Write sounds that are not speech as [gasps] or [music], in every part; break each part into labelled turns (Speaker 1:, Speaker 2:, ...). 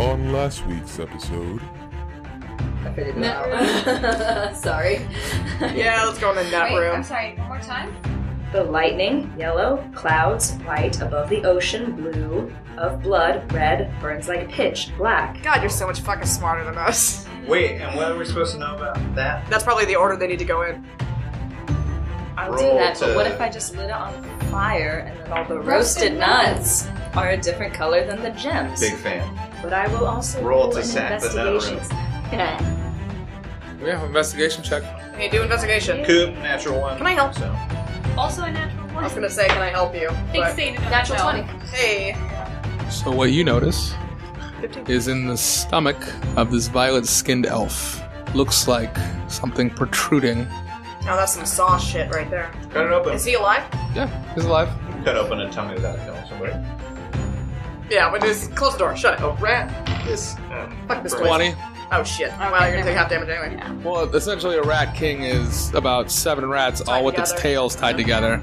Speaker 1: On last week's episode,
Speaker 2: No. Sorry.
Speaker 3: Yeah, let's go in the nut
Speaker 2: Wait,
Speaker 3: room.
Speaker 2: I'm sorry, one more time?
Speaker 4: The lightning, yellow, clouds, white, above the ocean, blue, of blood, red, burns like pitch, black.
Speaker 3: God, you're so much fucking smarter than us.
Speaker 5: Wait, and what are we supposed to know about that?
Speaker 3: That's probably the order they need to go in.
Speaker 4: I'll
Speaker 5: Roll
Speaker 4: do that,
Speaker 5: to-
Speaker 4: but what if I just lit it on fire and then all the roasted nuts are a different color than the gems?
Speaker 5: Big fan.
Speaker 4: But I will also
Speaker 5: Roll to
Speaker 4: an
Speaker 5: sack the nut room.
Speaker 4: investigations. Yeah.
Speaker 6: Yeah, investigation check.
Speaker 3: Hey, do investigation.
Speaker 5: Coop, natural one.
Speaker 3: Can I help?
Speaker 5: So,
Speaker 2: Also a natural
Speaker 3: I
Speaker 2: one.
Speaker 3: was gonna say, can I help you? But-
Speaker 2: Fixated on
Speaker 4: Natural
Speaker 2: itself.
Speaker 4: 20.
Speaker 3: Hey.
Speaker 6: So what you notice is in the stomach of this violet-skinned elf. Looks like something protruding.
Speaker 3: Now that's some saw shit right there.
Speaker 5: cut it open.
Speaker 3: Is he alive?
Speaker 6: Yeah, he's alive.
Speaker 5: Cut open a tummy without killing somebody.
Speaker 3: Yeah, but just close the door. Shut it.
Speaker 5: A rat is. um,
Speaker 3: Fuck this place.
Speaker 6: Twenty.
Speaker 3: Oh shit. wow, you're gonna take half damage anyway.
Speaker 6: Well, essentially, a rat king is about seven rats, all with its
Speaker 3: together.
Speaker 6: tails tied together.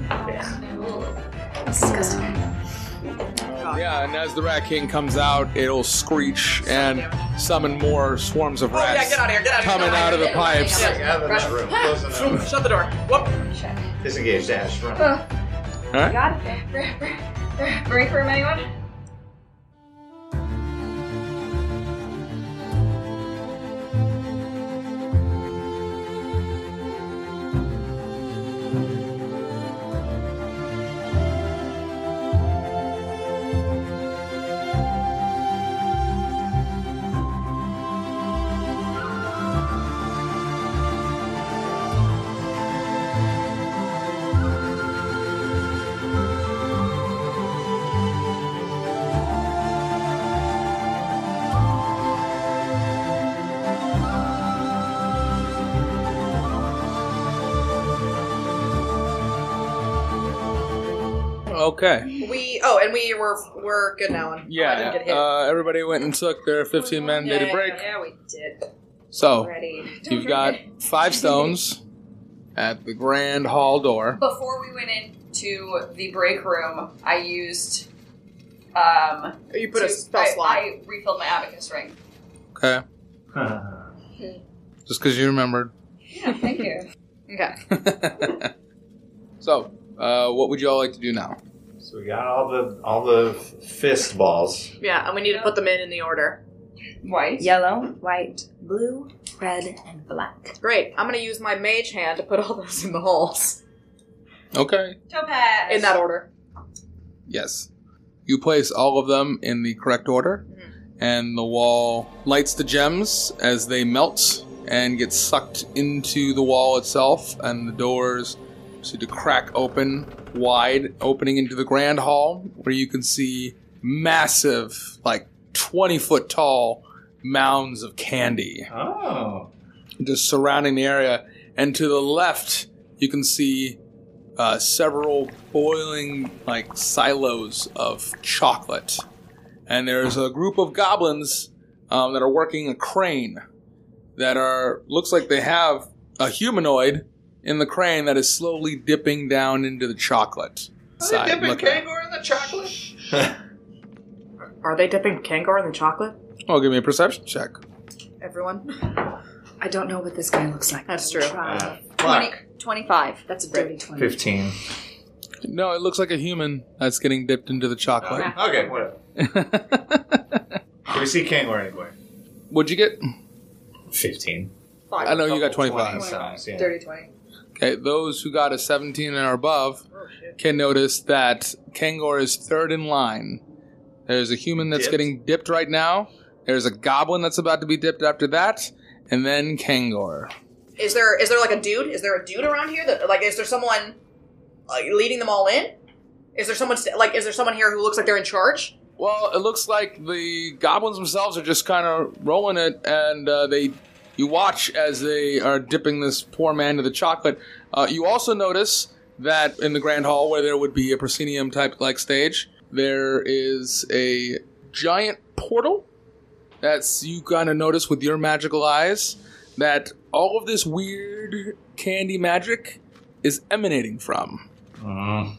Speaker 4: That's disgusting.
Speaker 6: Yeah, and as the rat king comes out, it'll screech and summon more swarms of
Speaker 3: Oh yeah,
Speaker 6: rats
Speaker 3: get out of here. Get out of here.
Speaker 6: coming
Speaker 3: Get
Speaker 6: out of the
Speaker 3: here.
Speaker 6: pipes.
Speaker 3: Yeah.
Speaker 5: Out of that room.
Speaker 3: [laughs]
Speaker 5: Close the nut room.
Speaker 3: Shut the door. Whoop.
Speaker 5: Disengage, dash, run.
Speaker 6: All right.
Speaker 2: Got it. Break- break- [laughs] Break room, anyone?
Speaker 6: Okay.
Speaker 3: We. Oh, and we were we're good now. and- Oh, I didn't
Speaker 6: Yeah.
Speaker 3: get hit.
Speaker 6: Uh, everybody went and took their 15 mandated break.
Speaker 4: Yeah, we did.
Speaker 6: So
Speaker 4: Already.
Speaker 6: you've got five stones at the grand hall door.
Speaker 2: Before we went into the break room, I used. Um,
Speaker 3: you put
Speaker 2: to-
Speaker 3: a spell
Speaker 2: I,
Speaker 3: slot.
Speaker 2: I refilled my abacus ring.
Speaker 6: Okay. Just because you remembered.
Speaker 2: Yeah, thank [laughs] you.
Speaker 3: okay.
Speaker 6: so, uh, what would you all like to do now?
Speaker 5: [laughs] So we got all the all the fist balls.
Speaker 3: Yeah, and we need to put them in in the order.
Speaker 2: White.
Speaker 4: Yellow, white, blue, red, and black.
Speaker 3: Great. I'm gonna use my mage hand to put all those in the holes
Speaker 6: Okay.
Speaker 2: Topaz.
Speaker 3: in that order.
Speaker 6: Yes. You place all of them in the correct order, and the wall lights the gems as they melt and get sucked into the wall itself, and the doors seem to crack open wide, opening into the grand hall where you can see massive, like 20 foot tall mounds of candy
Speaker 5: Oh.
Speaker 6: just surrounding the area. And to the left, you can see uh, several boiling like silos of chocolate. And there's a group of goblins um, that are working a crane that are looks like they have a humanoid in the crane that is slowly dipping down into the chocolate. side, looking at-
Speaker 5: in the chocolate?
Speaker 3: Are they dipping Kangor in the chocolate?
Speaker 6: oh, give me a perception check.
Speaker 3: Everyone?
Speaker 4: I don't know what this guy looks like.
Speaker 3: That's
Speaker 4: I will
Speaker 3: true.
Speaker 4: try.
Speaker 5: Uh,
Speaker 2: Twenty-
Speaker 5: fuck.
Speaker 2: 25.
Speaker 4: That's a dirty 20.
Speaker 5: 15.
Speaker 6: No, it looks like a human that's getting dipped into the chocolate.
Speaker 5: Okay, whatever.
Speaker 6: [laughs]
Speaker 5: Can we see Kangor anywhere?
Speaker 6: What'd you get?
Speaker 5: 15.
Speaker 6: I know Oh, you got 25.
Speaker 5: 20 size, yeah.
Speaker 3: Dirty 20.
Speaker 6: Okay, those who got a 17 and above can notice that Kangor is third in line. There's a human that's
Speaker 5: Dipped.
Speaker 6: getting dipped right now. There's a goblin that's about to be dipped after that, and then Kangor.
Speaker 3: Is there is there like a dude? Is there a dude around here that like is there someone like, leading them all in? Is there someone st- like is there someone here who looks like they're in charge?
Speaker 6: Well, it looks like the goblins themselves are just kind of rolling it, and uh, they you watch as they are dipping this poor man to the chocolate. Uh, you also notice that in the grand hall, where there would be a proscenium type like stage, there is a giant portal that's you kind of notice with your magical eyes that all of this weird candy magic is emanating from.
Speaker 5: Mm.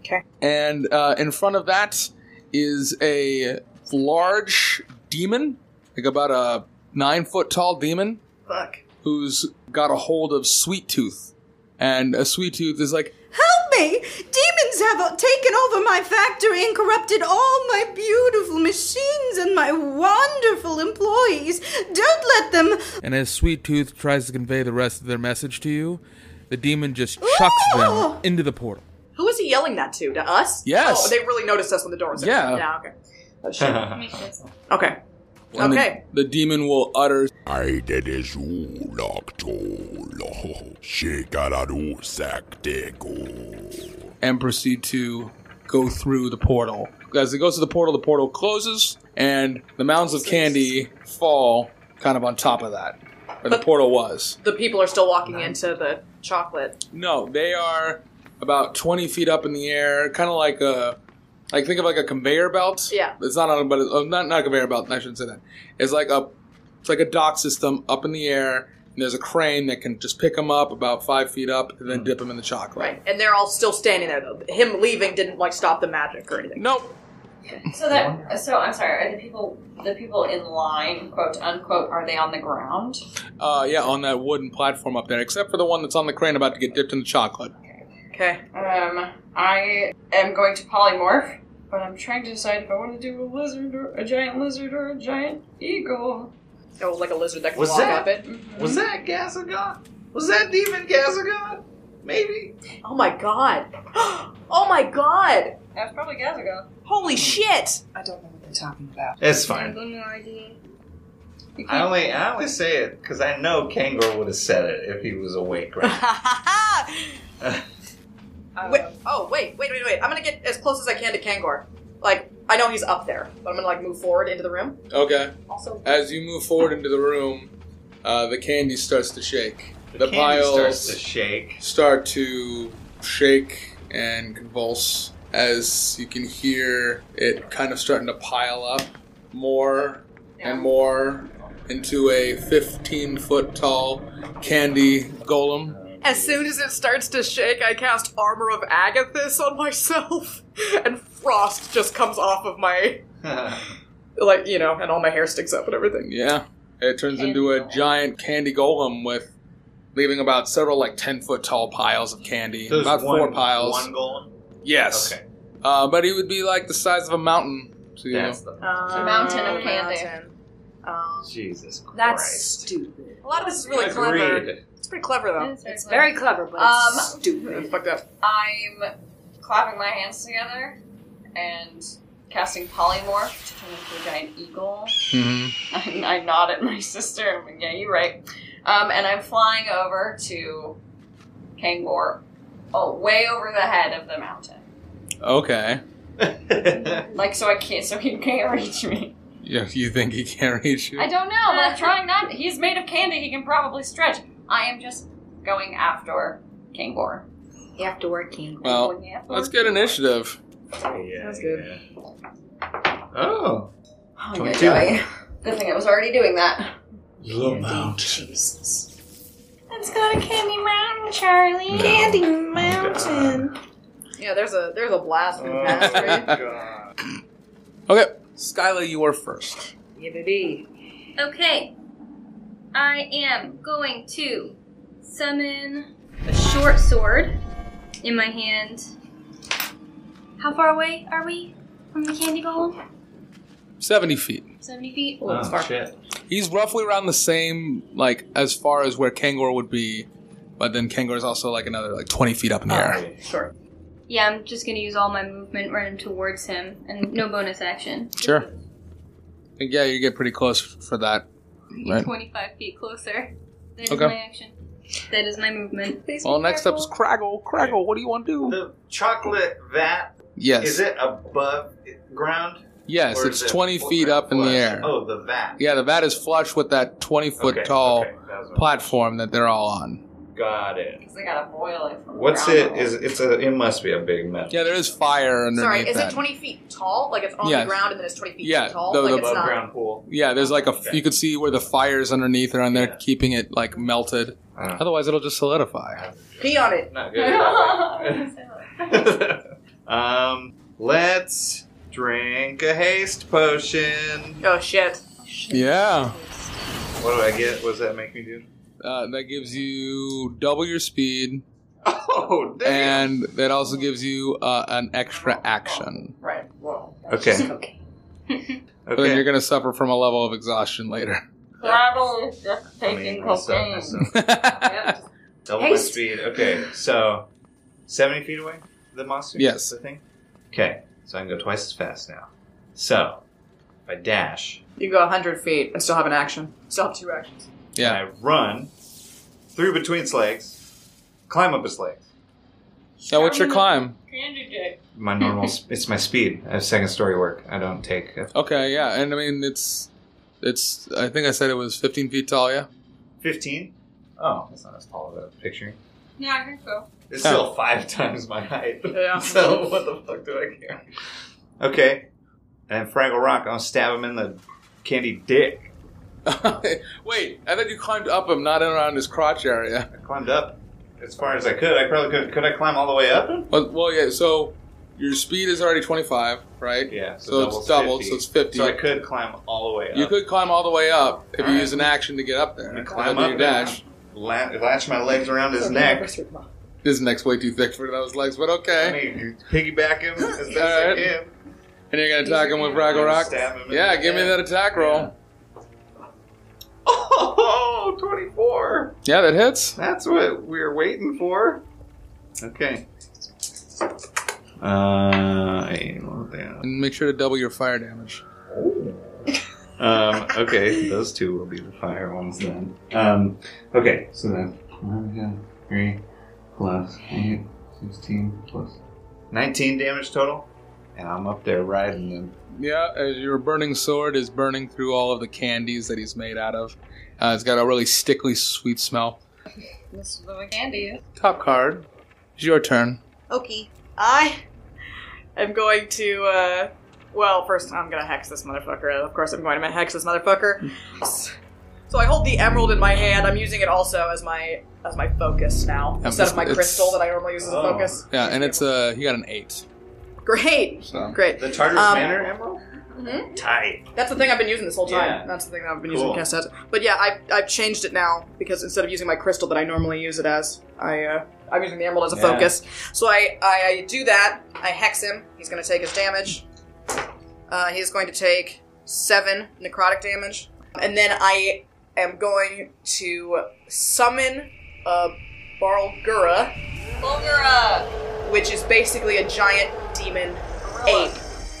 Speaker 3: Okay.
Speaker 6: And uh, in front of that is a large demon, like about a nine foot tall demon,
Speaker 3: Fuck.
Speaker 6: who's got a hold of Sweet Tooth. And a Sweet Tooth is like,
Speaker 7: Help me! Demons have taken over my factory and corrupted all my beautiful machines and my wonderful employees. Don't let them.
Speaker 8: And as Sweet Tooth tries to convey the rest of their message to you, the demon just chucks them into the portal.
Speaker 3: Who is he yelling that to? To us?
Speaker 6: Yes.
Speaker 3: Oh, they really noticed us when the door was open.
Speaker 6: Yeah.
Speaker 3: Yeah, okay. Oh, shit. okay.
Speaker 6: and the-
Speaker 3: Okay.
Speaker 6: the demon will utter
Speaker 1: I did is uloctolo. Shikararu saktego.
Speaker 6: and proceed to go through the portal. As it goes to the portal, the portal closes, and the mounds of candy fall kind of on top of that, where the portal was.
Speaker 3: The people are still walking into the chocolate.
Speaker 6: No, they are about twenty feet up in the air, kind of like a, like think of like a conveyor belt.
Speaker 3: Yeah.
Speaker 6: it's not on, but it's, oh, not not a conveyor belt. I shouldn't say that. It's like a, it's like a dock system up in the air. And there's a crane that can just pick them up about five feet up and then dip them in the chocolate.
Speaker 3: Right. And they're all still standing there, though. Him leaving didn't, like, stop the magic or anything.
Speaker 6: Nope.
Speaker 2: So that so I'm sorry. Are the people the people in line, quote unquote, are they on the ground?
Speaker 6: Uh, yeah, on that wooden platform up there, except for the one that's on the crane about to get dipped in the chocolate.
Speaker 3: Okay.
Speaker 2: Um, I am going to polymorph, but I'm trying to decide if I want to do a lizard or a giant lizard or a giant eagle.
Speaker 3: Oh, like a lizard that can
Speaker 5: Was
Speaker 3: walk
Speaker 5: that-
Speaker 3: up it. Mm-hmm.
Speaker 5: Was that Gazagon? Was that demon Gazagon? Maybe.
Speaker 3: Oh my god. [gasps] oh my god.
Speaker 2: That's probably Gazaga.
Speaker 3: Holy shit. [laughs]
Speaker 2: I don't know what they're talking about.
Speaker 5: It's
Speaker 2: I have
Speaker 5: fine.
Speaker 2: no idea. You
Speaker 5: I
Speaker 2: can't-
Speaker 5: only I only say it because I know Kangor would have said it if he was awake
Speaker 3: [laughs]
Speaker 5: right
Speaker 3: Ha ha ha.
Speaker 5: now.
Speaker 3: Wait, oh, wait, wait, wait, wait. I'm gonna get as close as I can to Kangor. Like, I know he's up there, but I'm gonna, like, move forward into the room.
Speaker 6: Okay.
Speaker 3: Also,
Speaker 6: As you move forward into the room, uh, the candy starts to shake. The,
Speaker 5: Candy
Speaker 6: piles
Speaker 5: starts to shake. [laughs]
Speaker 6: start to shake and convulse as you can hear it kind of starting to pile up more and more into a 15 foot tall candy golem.
Speaker 3: as soon as it starts to shake, I cast Armor of Agathis on myself, [laughs] and frost just comes off of my, like, you know, and all my hair sticks up and everything.
Speaker 6: Yeah. It turns into a giant candy golem with leaving about several like ten foot tall piles of candy.
Speaker 5: There's
Speaker 6: about
Speaker 5: one-
Speaker 6: four piles.
Speaker 5: One golem.
Speaker 6: Yes.
Speaker 5: Okay.
Speaker 6: Uh, but he would be like the size of a mountain. So, you know.
Speaker 5: That's the
Speaker 3: Um,
Speaker 2: mountain of candy.
Speaker 3: mountain. Um,
Speaker 5: Jesus Christ.
Speaker 4: That's stupid.
Speaker 3: a lot of this is really clever.
Speaker 5: Agreed.
Speaker 3: It's pretty clever, though.
Speaker 4: It's very clever, but
Speaker 2: Um,
Speaker 4: it's
Speaker 3: Yeah,
Speaker 4: stupid.
Speaker 3: Fuck that.
Speaker 2: I'm clapping my hands together and casting polymorph to turn into a giant eagle. [laughs]
Speaker 6: Mm-hmm.
Speaker 2: And I nod at my [laughs] sister. and I'm like, yeah, you're right. Um, and I'm flying over to Kangor, oh, way over the head of the mountain.
Speaker 6: Okay. [laughs]
Speaker 2: Like, so I can't, so he can't [laughs] reach me.
Speaker 6: You, you think he can't reach you?
Speaker 2: I don't know. but I'm trying not. He's made of candy. He can probably stretch. I am just going after Kangor.
Speaker 4: You have to work, King.
Speaker 6: Well, let's get initiative.
Speaker 5: [laughs] yeah,
Speaker 3: That's good.
Speaker 5: yeah. Oh.
Speaker 2: Oh,
Speaker 5: Twenty-two.
Speaker 2: yeah, Good thing I was already doing that.
Speaker 5: Low mount.
Speaker 4: Jesus.
Speaker 2: Let's go to Candy Mountain, Charlie.
Speaker 7: Candy
Speaker 5: Oh,
Speaker 7: Mountain.
Speaker 3: Yeah, there's a there's a blast from the past,
Speaker 5: [laughs]
Speaker 6: [laughs]
Speaker 3: right?
Speaker 5: God.
Speaker 6: Okay. Skyla, you are first.
Speaker 4: Yeah, baby.
Speaker 9: Okay. I am going to summon a short sword in my hand. How far away are we from the candy golem?
Speaker 6: 70 feet.
Speaker 9: 70 feet? Oh, it's
Speaker 5: Oh,
Speaker 9: far.
Speaker 5: shit.
Speaker 6: He's roughly around the same, like, as far as where Kangor would be, but then Kangor is also, like, another, like, 20 feet
Speaker 5: Oh,
Speaker 6: up in the air.
Speaker 3: Sure.
Speaker 9: Yeah, I'm just going to use all my movement running towards him and no bonus action.
Speaker 6: Sure. Yeah, you get pretty close for that. Right.
Speaker 9: 25 feet closer. That is
Speaker 6: Okay.
Speaker 9: my action. That is my movement.
Speaker 6: Well, next up is Craggle. Craggle, what do you want to do?
Speaker 5: The chocolate vat,
Speaker 6: Yes.
Speaker 5: is it above ground?
Speaker 6: Yes,
Speaker 5: Or
Speaker 6: it's
Speaker 5: is it
Speaker 6: 20
Speaker 5: fl-
Speaker 6: feet up in the
Speaker 5: flush?
Speaker 6: air.
Speaker 5: Oh, the vat.
Speaker 6: Yeah, the vat is flush with that 20 foot
Speaker 5: Okay,
Speaker 6: tall
Speaker 5: okay, that was my
Speaker 6: platform that they're all on.
Speaker 5: Got it.
Speaker 2: Because they gotta boil it. From
Speaker 5: What's
Speaker 2: ground
Speaker 5: it?
Speaker 2: up.
Speaker 5: Is it's a? It must be a big metal.
Speaker 6: Yeah, there is fire underneath
Speaker 3: Sorry, is
Speaker 6: that.
Speaker 3: it 20 feet tall? Like it's on
Speaker 6: Yes.
Speaker 3: the ground and then it's 20 feet
Speaker 6: Yeah,
Speaker 3: tall?
Speaker 6: the-
Speaker 3: like
Speaker 6: the
Speaker 3: it's
Speaker 6: above
Speaker 3: not.
Speaker 5: Ground pool.
Speaker 6: Yeah, there's like a. You can see where the fire's underneath around there, keeping it like melted.
Speaker 5: Uh.
Speaker 6: Otherwise, it'll just solidify.
Speaker 3: Pee on it.
Speaker 5: Not good.
Speaker 9: [laughs]
Speaker 5: [laughs] Um, let's drink a haste potion.
Speaker 3: oh, shit.
Speaker 6: Yeah.
Speaker 5: What do I get? What does that make me do? [laughs]
Speaker 6: Uh, that gives you double your speed.
Speaker 5: Oh,
Speaker 6: And that also gives you uh, an extra action.
Speaker 2: Right. Well,
Speaker 6: [laughs] Okay.
Speaker 2: [laughs]
Speaker 4: okay.
Speaker 6: But then you're going to suffer from a level of exhaustion [laughs] later.
Speaker 2: Gravel is just taking cocaine. [laughs]
Speaker 5: Double my speed. Okay, so seventy feet away. The monster.
Speaker 6: Yes.
Speaker 5: The thing. Okay, so I can go twice as fast now. So if I dash,
Speaker 3: You can go 100 feet and still have an action. Still have two actions.
Speaker 6: yeah,
Speaker 5: I run through between its legs, climb up its legs.
Speaker 6: Now, what's your climb?
Speaker 2: Candy dick.
Speaker 5: My [laughs] normal. sp- it's my speed. I have second story work. I don't take. A
Speaker 6: Okay, yeah, and I mean it's it's. I think I said it was 15 feet tall. Yeah.
Speaker 5: 15? Oh, that's not as tall as I was picturing.
Speaker 2: Yeah, I think so.
Speaker 5: It's still five [laughs] times
Speaker 6: [laughs]
Speaker 5: my height.
Speaker 3: Yeah.
Speaker 5: [laughs] so what the fuck do I care? Okay. And then Fraggle Rock, I'll stab him in the candy dick.
Speaker 6: [laughs] Wait, I thought you climbed up him, not in around his crotch area.
Speaker 5: I climbed up as far as I could. I probably could. Could I climb all the way up?
Speaker 6: Well, well, yeah. So your speed is already 25, right?
Speaker 5: Yeah.
Speaker 6: So, it's double, so it's 50.
Speaker 5: So I could climb all the way up.
Speaker 6: You could climb all the way up if you use an action to get up there.
Speaker 5: I climb
Speaker 6: That'd
Speaker 5: up
Speaker 6: be your
Speaker 5: and
Speaker 6: dash.
Speaker 5: La- latch my legs
Speaker 6: [laughs]
Speaker 5: around his neck.
Speaker 6: His neck's way too thick for those legs, but
Speaker 5: I
Speaker 6: okay.
Speaker 5: mean, piggyback him as best
Speaker 6: Alright.
Speaker 5: I can. [laughs]
Speaker 6: And you're gonna attack him with Fraggle Rock.
Speaker 5: Stab him in
Speaker 6: Yeah,
Speaker 5: the
Speaker 6: give me
Speaker 5: head.
Speaker 6: that attack roll.
Speaker 5: Oh, 24.
Speaker 6: Yeah, that hits.
Speaker 5: That's what we are waiting for. Okay. Uh,
Speaker 6: And make sure to double your fire damage.
Speaker 5: um, okay, those two will be the fire ones then. Um, okay, so then. I've got 3 plus 8, 16 plus 19 damage total. And I'm up there riding them.
Speaker 6: Yeah, as your burning sword is burning through all of the candies that he's made out of. Uh, it's got a really stickly sweet smell.
Speaker 2: This is the way candy is.
Speaker 6: Top card. It's your turn.
Speaker 3: Okay. I am going to, uh, well, first I'm gonna hex this motherfucker. Of course, I'm going to hex this motherfucker. So I hold the emerald in my hand. I'm using it also as my as my focus now,
Speaker 6: Yeah,
Speaker 3: instead
Speaker 6: it's-
Speaker 3: of my
Speaker 6: it's-
Speaker 3: crystal that I normally use as a
Speaker 5: Oh.
Speaker 3: focus.
Speaker 6: Yeah, and it's uh he got an eight.
Speaker 3: Great,
Speaker 6: So
Speaker 3: great.
Speaker 5: The Tartarus
Speaker 3: Um,
Speaker 5: Manor Emerald?
Speaker 3: mhm.
Speaker 5: Tight.
Speaker 3: That's the thing I've been using this whole time.
Speaker 5: Yeah.
Speaker 3: That's the thing that I've been
Speaker 5: Cool.
Speaker 3: using cast as. But yeah, I've, I've changed it now because instead of using my crystal that I normally use it as, I uh, I'm using the emerald as a
Speaker 5: Yeah.
Speaker 3: focus. So I, I I do that. I hex him. He's going to take his damage. Uh, he's going to take seven necrotic damage, and then I am going to summon a Barlgura,
Speaker 2: Bulgura!
Speaker 3: which is basically a giant demon ape,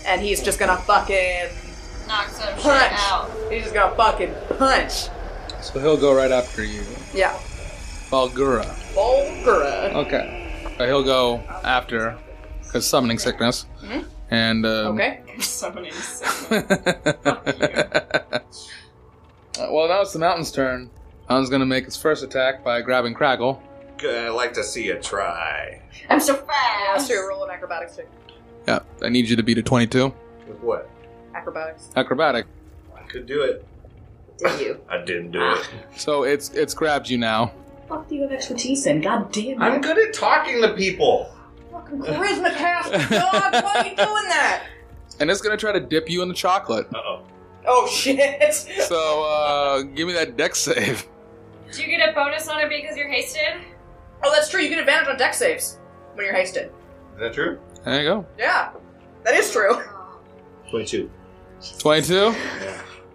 Speaker 3: and he's just going to fucking
Speaker 2: Knock some shit
Speaker 3: punch.
Speaker 2: out.
Speaker 3: He's just gonna fucking punch.
Speaker 6: so he'll go right after you.
Speaker 3: Yeah.
Speaker 6: Balgura.
Speaker 3: Bulgura.
Speaker 6: Okay. So he'll go after because summoning sickness.
Speaker 3: Mhm.
Speaker 6: And um,
Speaker 3: Okay. [laughs]
Speaker 2: Summoning
Speaker 6: [laughs] Uh, well, now it's the mountain's turn. Mountain's gonna make its first attack by grabbing Craggle.
Speaker 5: Good, I like to see you try.
Speaker 2: I'm so
Speaker 3: Yeah,
Speaker 2: fast!
Speaker 3: so you're rolling acrobatics too.
Speaker 6: Yeah, I need you to beat a twenty-two.
Speaker 5: With what?
Speaker 3: Acrobatics.
Speaker 6: Acrobatic.
Speaker 5: I could do it. Ah.
Speaker 4: Did you?
Speaker 5: I didn't do it.
Speaker 6: So it's it's grabbed you now.
Speaker 4: Fuck do you have expertise in? God damn
Speaker 5: I'm
Speaker 4: it.
Speaker 5: good at talking to people.
Speaker 3: Fucking [laughs] charisma cast. [laughs] God, why are you doing that?
Speaker 6: And it's gonna try to dip you in the chocolate.
Speaker 5: Uh oh.
Speaker 3: Oh shit.
Speaker 6: So uh give me that deck save.
Speaker 2: Do you get a bonus on it because you're hasted?
Speaker 3: Oh, that's true. You get advantage on deck saves when you're hasted.
Speaker 5: Is that true?
Speaker 6: There you go.
Speaker 3: Yeah, that is true.
Speaker 5: 22.
Speaker 6: Twenty-two. All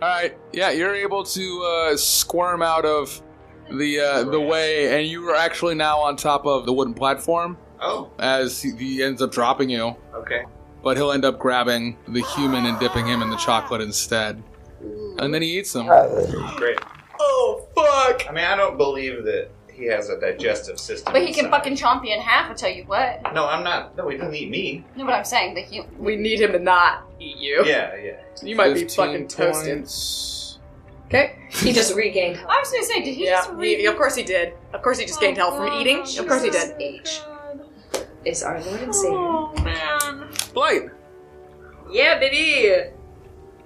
Speaker 6: right. Yeah, you're able to uh, squirm out of the uh, the way, and you are actually now on top of the wooden platform
Speaker 5: Oh,
Speaker 6: as he, he ends up dropping you.
Speaker 5: okay.
Speaker 6: But he'll end up grabbing the human and dipping him in the chocolate instead, and then he eats him.
Speaker 5: Great.
Speaker 3: Oh fuck.
Speaker 5: I mean, I don't believe that he has a digestive system.
Speaker 2: But he can
Speaker 5: inside.
Speaker 2: fucking chomp you in half, I tell you what.
Speaker 5: No, I'm not. No, he doesn't eat me.
Speaker 2: No, but I'm saying that he.
Speaker 3: We need him to not eat you.
Speaker 5: Yeah, yeah.
Speaker 3: You might be
Speaker 6: 15
Speaker 3: fucking toasted.
Speaker 6: points.
Speaker 3: Okay.
Speaker 4: He just regained health.
Speaker 2: I was gonna say, did he
Speaker 3: Yeah.
Speaker 2: just
Speaker 3: he- Oh,
Speaker 2: read?
Speaker 3: of course he did. Of course he just gained health from eating. Of course he did.
Speaker 4: Age is our Lord and Savior.
Speaker 2: Oh man.
Speaker 6: Blight.
Speaker 4: Yeah, baby.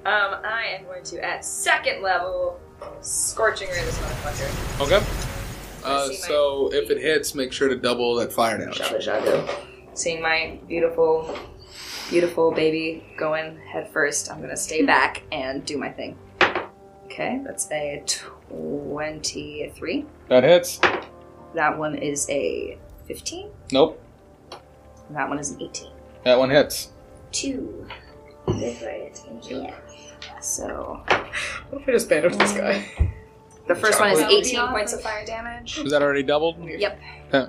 Speaker 4: Um, I am going to at second level scorching ray this motherfucker.
Speaker 6: Okay. Uh,
Speaker 4: see my-
Speaker 6: so if it hits, make sure to double that fire damage.
Speaker 4: Jabba Jago. Seeing my beautiful, beautiful baby going head first, I'm gonna stay back and do my thing. Okay, that's a twenty-three.
Speaker 6: That hits.
Speaker 4: That one is a fifteen.
Speaker 6: Nope.
Speaker 4: And that one is an eighteen.
Speaker 6: That one hits.
Speaker 4: Two. That's right. Yeah. So
Speaker 3: What if I just bandaged this guy?
Speaker 4: the first one is
Speaker 2: Well, we
Speaker 4: 18
Speaker 2: offer-
Speaker 4: points of fire damage.
Speaker 6: Is that already doubled?
Speaker 4: Yep.
Speaker 5: Yeah.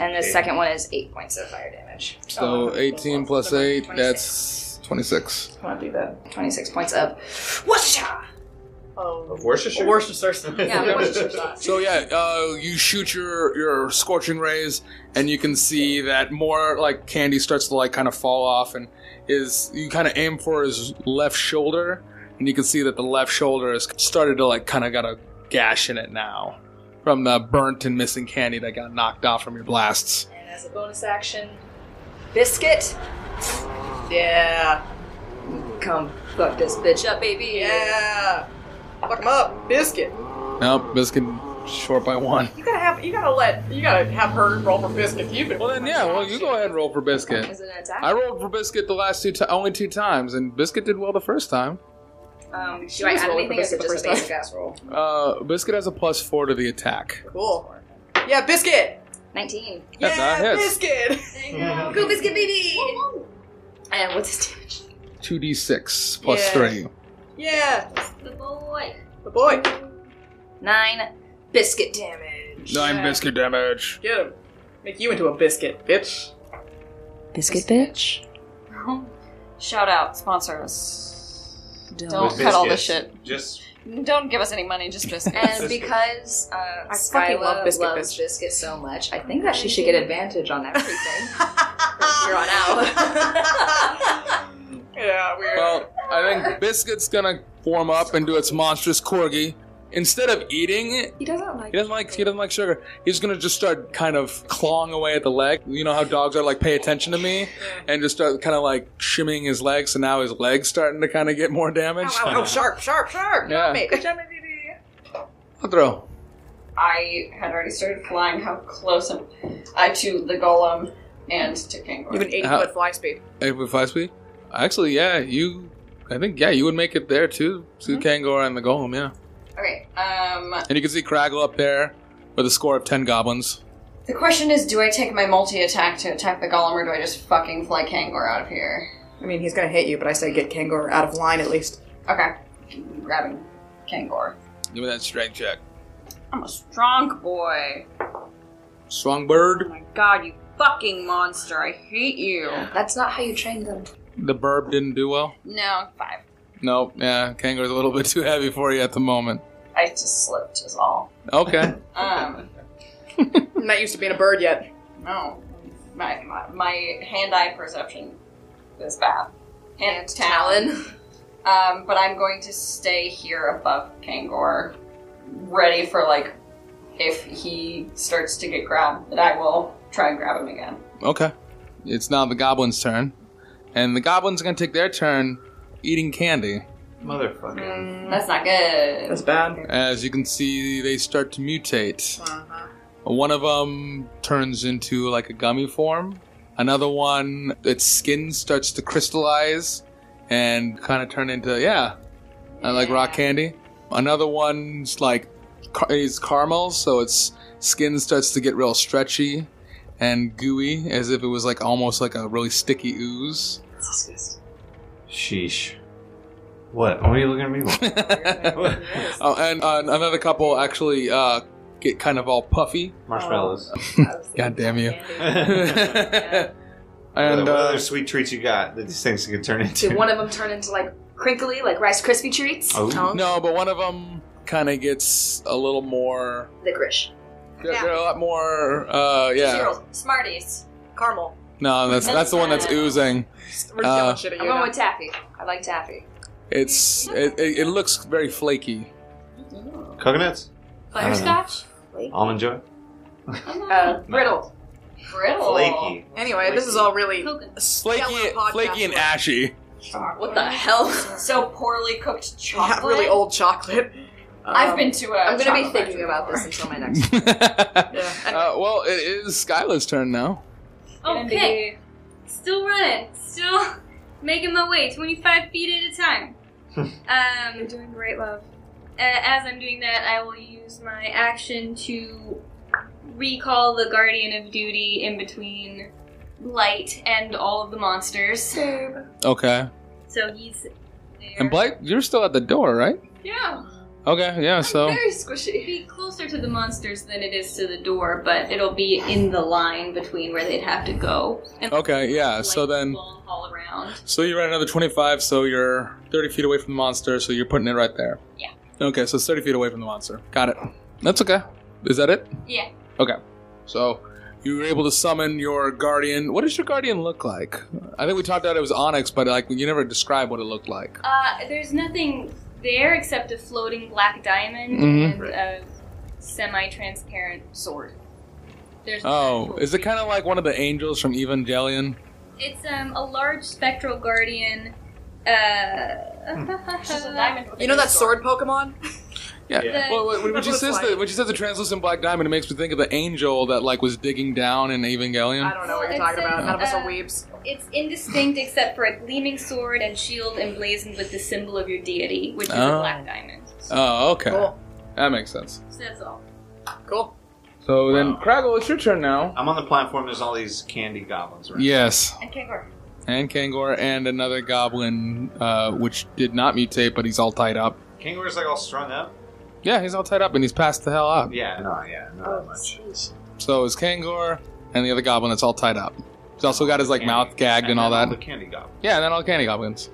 Speaker 4: And the second one is 8 points of fire damage.
Speaker 6: So Oh, 18 plus 8,
Speaker 4: 26.
Speaker 6: that's 26.
Speaker 3: I want to do that.
Speaker 4: 26 points of. Whoosha!
Speaker 3: Oh.
Speaker 5: Worcestershire.
Speaker 3: Worcestershire.
Speaker 5: [laughs]
Speaker 4: Yeah, Worcestershire
Speaker 6: So yeah, uh, you shoot your, your scorching rays, and you can see that more like candy starts to like kind of fall off, and is you kind of aim for his left shoulder, and you can see that the left shoulder has started to like kind of got a gash in it now from the burnt and missing candy that got knocked off from your blasts.
Speaker 4: And as a bonus action, Biscuit,
Speaker 3: [laughs] Yeah.
Speaker 4: come um, fuck this bitch up, baby.
Speaker 3: Yeah. Fuck him up, biscuit.
Speaker 6: Nope, biscuit short by one.
Speaker 3: You gotta have. You gotta let. You gotta have her roll for biscuit. You've been.
Speaker 6: Well then, yeah. Well, you go ahead and roll for biscuit.
Speaker 4: Is it an attack?
Speaker 6: I rolled for Biscuit the last two ti only two times, and Biscuit did well the first time.
Speaker 4: um, do I add anything? or Is it just a basic ass roll?
Speaker 6: Uh, Biscuit has a plus four to the attack.
Speaker 3: Cool. Yeah, biscuit.
Speaker 4: 19.
Speaker 6: That-
Speaker 3: yeah,
Speaker 6: that hits.
Speaker 3: biscuit.
Speaker 4: Go, Biscuit, baby! And what's
Speaker 2: [laughs]
Speaker 4: his damage?
Speaker 6: Two d six plus
Speaker 3: Yeah.
Speaker 6: three.
Speaker 3: yeah,
Speaker 9: The boy.
Speaker 3: the boy.
Speaker 4: 9 biscuit damage.
Speaker 6: Nine biscuit damage.
Speaker 3: Get him. Make you into a biscuit, bitch.
Speaker 4: Biscuit bitch?
Speaker 2: Shout out, sponsor us. Don't,
Speaker 5: With
Speaker 2: cut all this
Speaker 5: biscuits.
Speaker 2: shit.
Speaker 5: Just
Speaker 2: Don't give us any money,
Speaker 5: [laughs]
Speaker 2: just biscuits.
Speaker 4: And because uh,
Speaker 3: fucking
Speaker 4: Skyla
Speaker 3: love Biscuit
Speaker 4: loves
Speaker 3: Bitch.
Speaker 4: Biscuit so much, I think that she should get advantage on everything from here on out.
Speaker 3: [laughs]
Speaker 4: [laughs]
Speaker 3: Yeah, weird.
Speaker 6: Well, I think Biscuit's gonna form up and do its monstrous corgi. Instead of eating it,
Speaker 4: he doesn't like.
Speaker 6: he doesn't like he doesn't like sugar. He's gonna just start kind of clawing away at the leg. You know how dogs are like, pay attention to me, and just start kind of like shimmying his legs. So now his legs starting to kind of get more damage.
Speaker 3: Ow, ow, ow, Oh, sharp, sharp, sharp.
Speaker 6: Yeah.
Speaker 3: Mate.
Speaker 6: I'll throw.
Speaker 2: I had already started flying. How close am I to the golem and to
Speaker 3: You have
Speaker 2: Kangor?
Speaker 3: an 80
Speaker 6: How-
Speaker 3: foot fly speed.
Speaker 6: Eight foot five speed? Actually, yeah, you. I think yeah, you would make it there too. To Kangor and the Golem, yeah.
Speaker 2: Okay. Um,
Speaker 6: And you can see Craggle up there with a score of ten goblins.
Speaker 2: the question is, do I take my multi attack to attack the golem, or do I just fucking fly Kangor out of here?
Speaker 3: I mean, he's gonna hit you, but I say get Kangor out of line at least.
Speaker 2: Okay, grabbing Kangor.
Speaker 6: Give me that strength check.
Speaker 2: I'm a strong boy.
Speaker 6: Strong bird.
Speaker 2: Oh my god, you fucking monster! I hate you.
Speaker 4: That's not how you train them.
Speaker 6: The burb didn't do well.
Speaker 2: No, five.
Speaker 6: Nope. Yeah, Kangor's a little [laughs] bit too heavy for you at the moment.
Speaker 2: I just slipped, is all.
Speaker 6: Okay.
Speaker 2: Um,
Speaker 3: I'm not used to being a bird yet.
Speaker 2: no, my my, my hand-eye perception is bad. Hand talon. Um, but I'm going to stay here above Kangor, ready for like if he starts to get grabbed, that I will try and grab him again.
Speaker 6: okay. It's now the goblin's turn, and the goblins are gonna take their turn eating candy.
Speaker 5: motherfucker.
Speaker 4: Mm.
Speaker 2: That's not good.
Speaker 3: That's bad.
Speaker 6: As you can see, they start to mutate. One of them turns into like a gummy form. Another one, its skin starts to crystallize and kind of turn into yeah, uh, like rock candy. Another one's like car- is caramel, so its skin starts to get real stretchy and gooey, as if it was like almost like a really sticky ooze.
Speaker 5: Sheesh. What? What are you looking at me? for?
Speaker 6: [laughs]
Speaker 2: [laughs]
Speaker 6: Oh, and uh, another couple actually uh, get kind of all puffy.
Speaker 5: Marshmallows.
Speaker 2: Oh.
Speaker 5: [laughs]
Speaker 6: God damn you.
Speaker 5: and
Speaker 6: [laughs] and
Speaker 5: what
Speaker 6: uh,
Speaker 5: other sweet treats you got that these things can turn into?
Speaker 4: Did one of them turn into like crinkly, like Rice Krispie treats?
Speaker 5: Oh,
Speaker 6: no, but one of them kind of gets a little more
Speaker 4: Licorice.
Speaker 6: They're, they're a lot more. Uh, yeah.
Speaker 2: Cheryl, Smarties.
Speaker 3: Caramel.
Speaker 6: No, that's that's the one that's oozing.
Speaker 3: We're just
Speaker 6: Uh,
Speaker 3: yelling shit at
Speaker 4: I'm
Speaker 3: you.
Speaker 4: going
Speaker 3: now.
Speaker 4: with taffy. I like taffy.
Speaker 6: It's it, it it looks very flaky.
Speaker 5: Coconuts?
Speaker 9: Butterscotch? Oh
Speaker 5: Almond joy?
Speaker 4: Uh,
Speaker 3: Brittle.
Speaker 2: Brittle.
Speaker 5: Flaky.
Speaker 3: Anyway, this is all really
Speaker 9: Coconut.
Speaker 6: Flaky,
Speaker 3: stellar podcast
Speaker 6: flaky and
Speaker 3: work.
Speaker 6: ashy.
Speaker 4: What the hell?
Speaker 2: So poorly cooked chocolate.
Speaker 3: Yeah, really old chocolate.
Speaker 2: I've
Speaker 3: Um,
Speaker 2: been to a.
Speaker 4: I'm gonna be
Speaker 2: chocolate
Speaker 4: thinking
Speaker 2: factory
Speaker 4: about this
Speaker 2: before.
Speaker 6: [laughs]
Speaker 4: until my next.
Speaker 6: uh,
Speaker 3: Yeah. And
Speaker 6: well, it is Skyla's turn now.
Speaker 9: Okay. Still running. Still [laughs] making my way 25 feet at
Speaker 6: [laughs]
Speaker 9: a time. um, I'm doing great, love. Uh, as I'm doing that, I will use my action to recall the Guardian of Duty in between Light and all of the monsters.
Speaker 6: Okay.
Speaker 9: [laughs] So he's there.
Speaker 6: And Blake, you're still at the door, right?
Speaker 9: Yeah.
Speaker 6: Okay. Yeah. So.
Speaker 4: Very squishy.
Speaker 9: Be closer to the monsters than it is to the door, but it'll be in the line between where they'd have to go. And
Speaker 6: Okay. Yeah. So
Speaker 9: like,
Speaker 6: then.
Speaker 9: long haul around.
Speaker 6: So you're at another 25, so you're 30 feet away from the monster, so you're putting it right there.
Speaker 9: Yeah.
Speaker 6: Okay, so it's 30 feet away from the monster. Got it. That's okay. Is that it?
Speaker 9: Yeah.
Speaker 6: Okay. So you were able to summon your guardian. What does your guardian look like? I think we talked about it was Onyx, but like you never described what it looked like.
Speaker 9: Uh, there's nothing there except a floating black diamond
Speaker 6: Mhm.
Speaker 9: and a semi-transparent sword. There's no
Speaker 6: Oh,
Speaker 9: actual
Speaker 6: is it
Speaker 9: creature.
Speaker 6: kind of like one of the angels from Evangelion?
Speaker 9: It's um a large spectral guardian.
Speaker 6: Hmm.
Speaker 9: [laughs] Uh,
Speaker 2: She's a diamond with
Speaker 3: you know
Speaker 2: a
Speaker 3: that
Speaker 2: sword.
Speaker 3: sword Pokemon?
Speaker 6: Yeah.
Speaker 9: Yeah.
Speaker 6: Well, when- when, she
Speaker 3: That's what
Speaker 6: says
Speaker 3: it's
Speaker 6: the,
Speaker 3: like.
Speaker 6: when she says the translucent black diamond, it makes me think of the angel that like was digging down in Evangelion.
Speaker 3: I don't know what you're
Speaker 9: It's
Speaker 3: talking
Speaker 9: a-
Speaker 3: about. None of us are
Speaker 9: uh,
Speaker 3: weebs.
Speaker 9: It's indistinct except for a gleaming sword and shield emblazoned with the symbol of your deity, which is
Speaker 6: Oh.
Speaker 9: a black diamond. So
Speaker 6: Oh, okay.
Speaker 3: Cool.
Speaker 6: That makes sense.
Speaker 9: that's all.
Speaker 3: Cool.
Speaker 6: So then,
Speaker 5: Wow.
Speaker 6: Craggle, it's your turn now.
Speaker 5: I'm on the platform. There's all these candy goblins around.
Speaker 6: Yes,
Speaker 2: And Kangor.
Speaker 6: and Kangor and another goblin, uh, which did not mutate, but he's all tied up.
Speaker 5: Kangaroo's like all strung up.
Speaker 6: Yeah, he's all tied up and he's passed the hell out.
Speaker 5: Yeah, no, yeah, not that much.
Speaker 6: So is Kangor and the other goblin that's all tied up. He's also got his like
Speaker 5: Candy.
Speaker 6: mouth gagged and,
Speaker 5: then
Speaker 6: all that.
Speaker 5: The candy goblin.
Speaker 6: Yeah, and then all the candy goblins.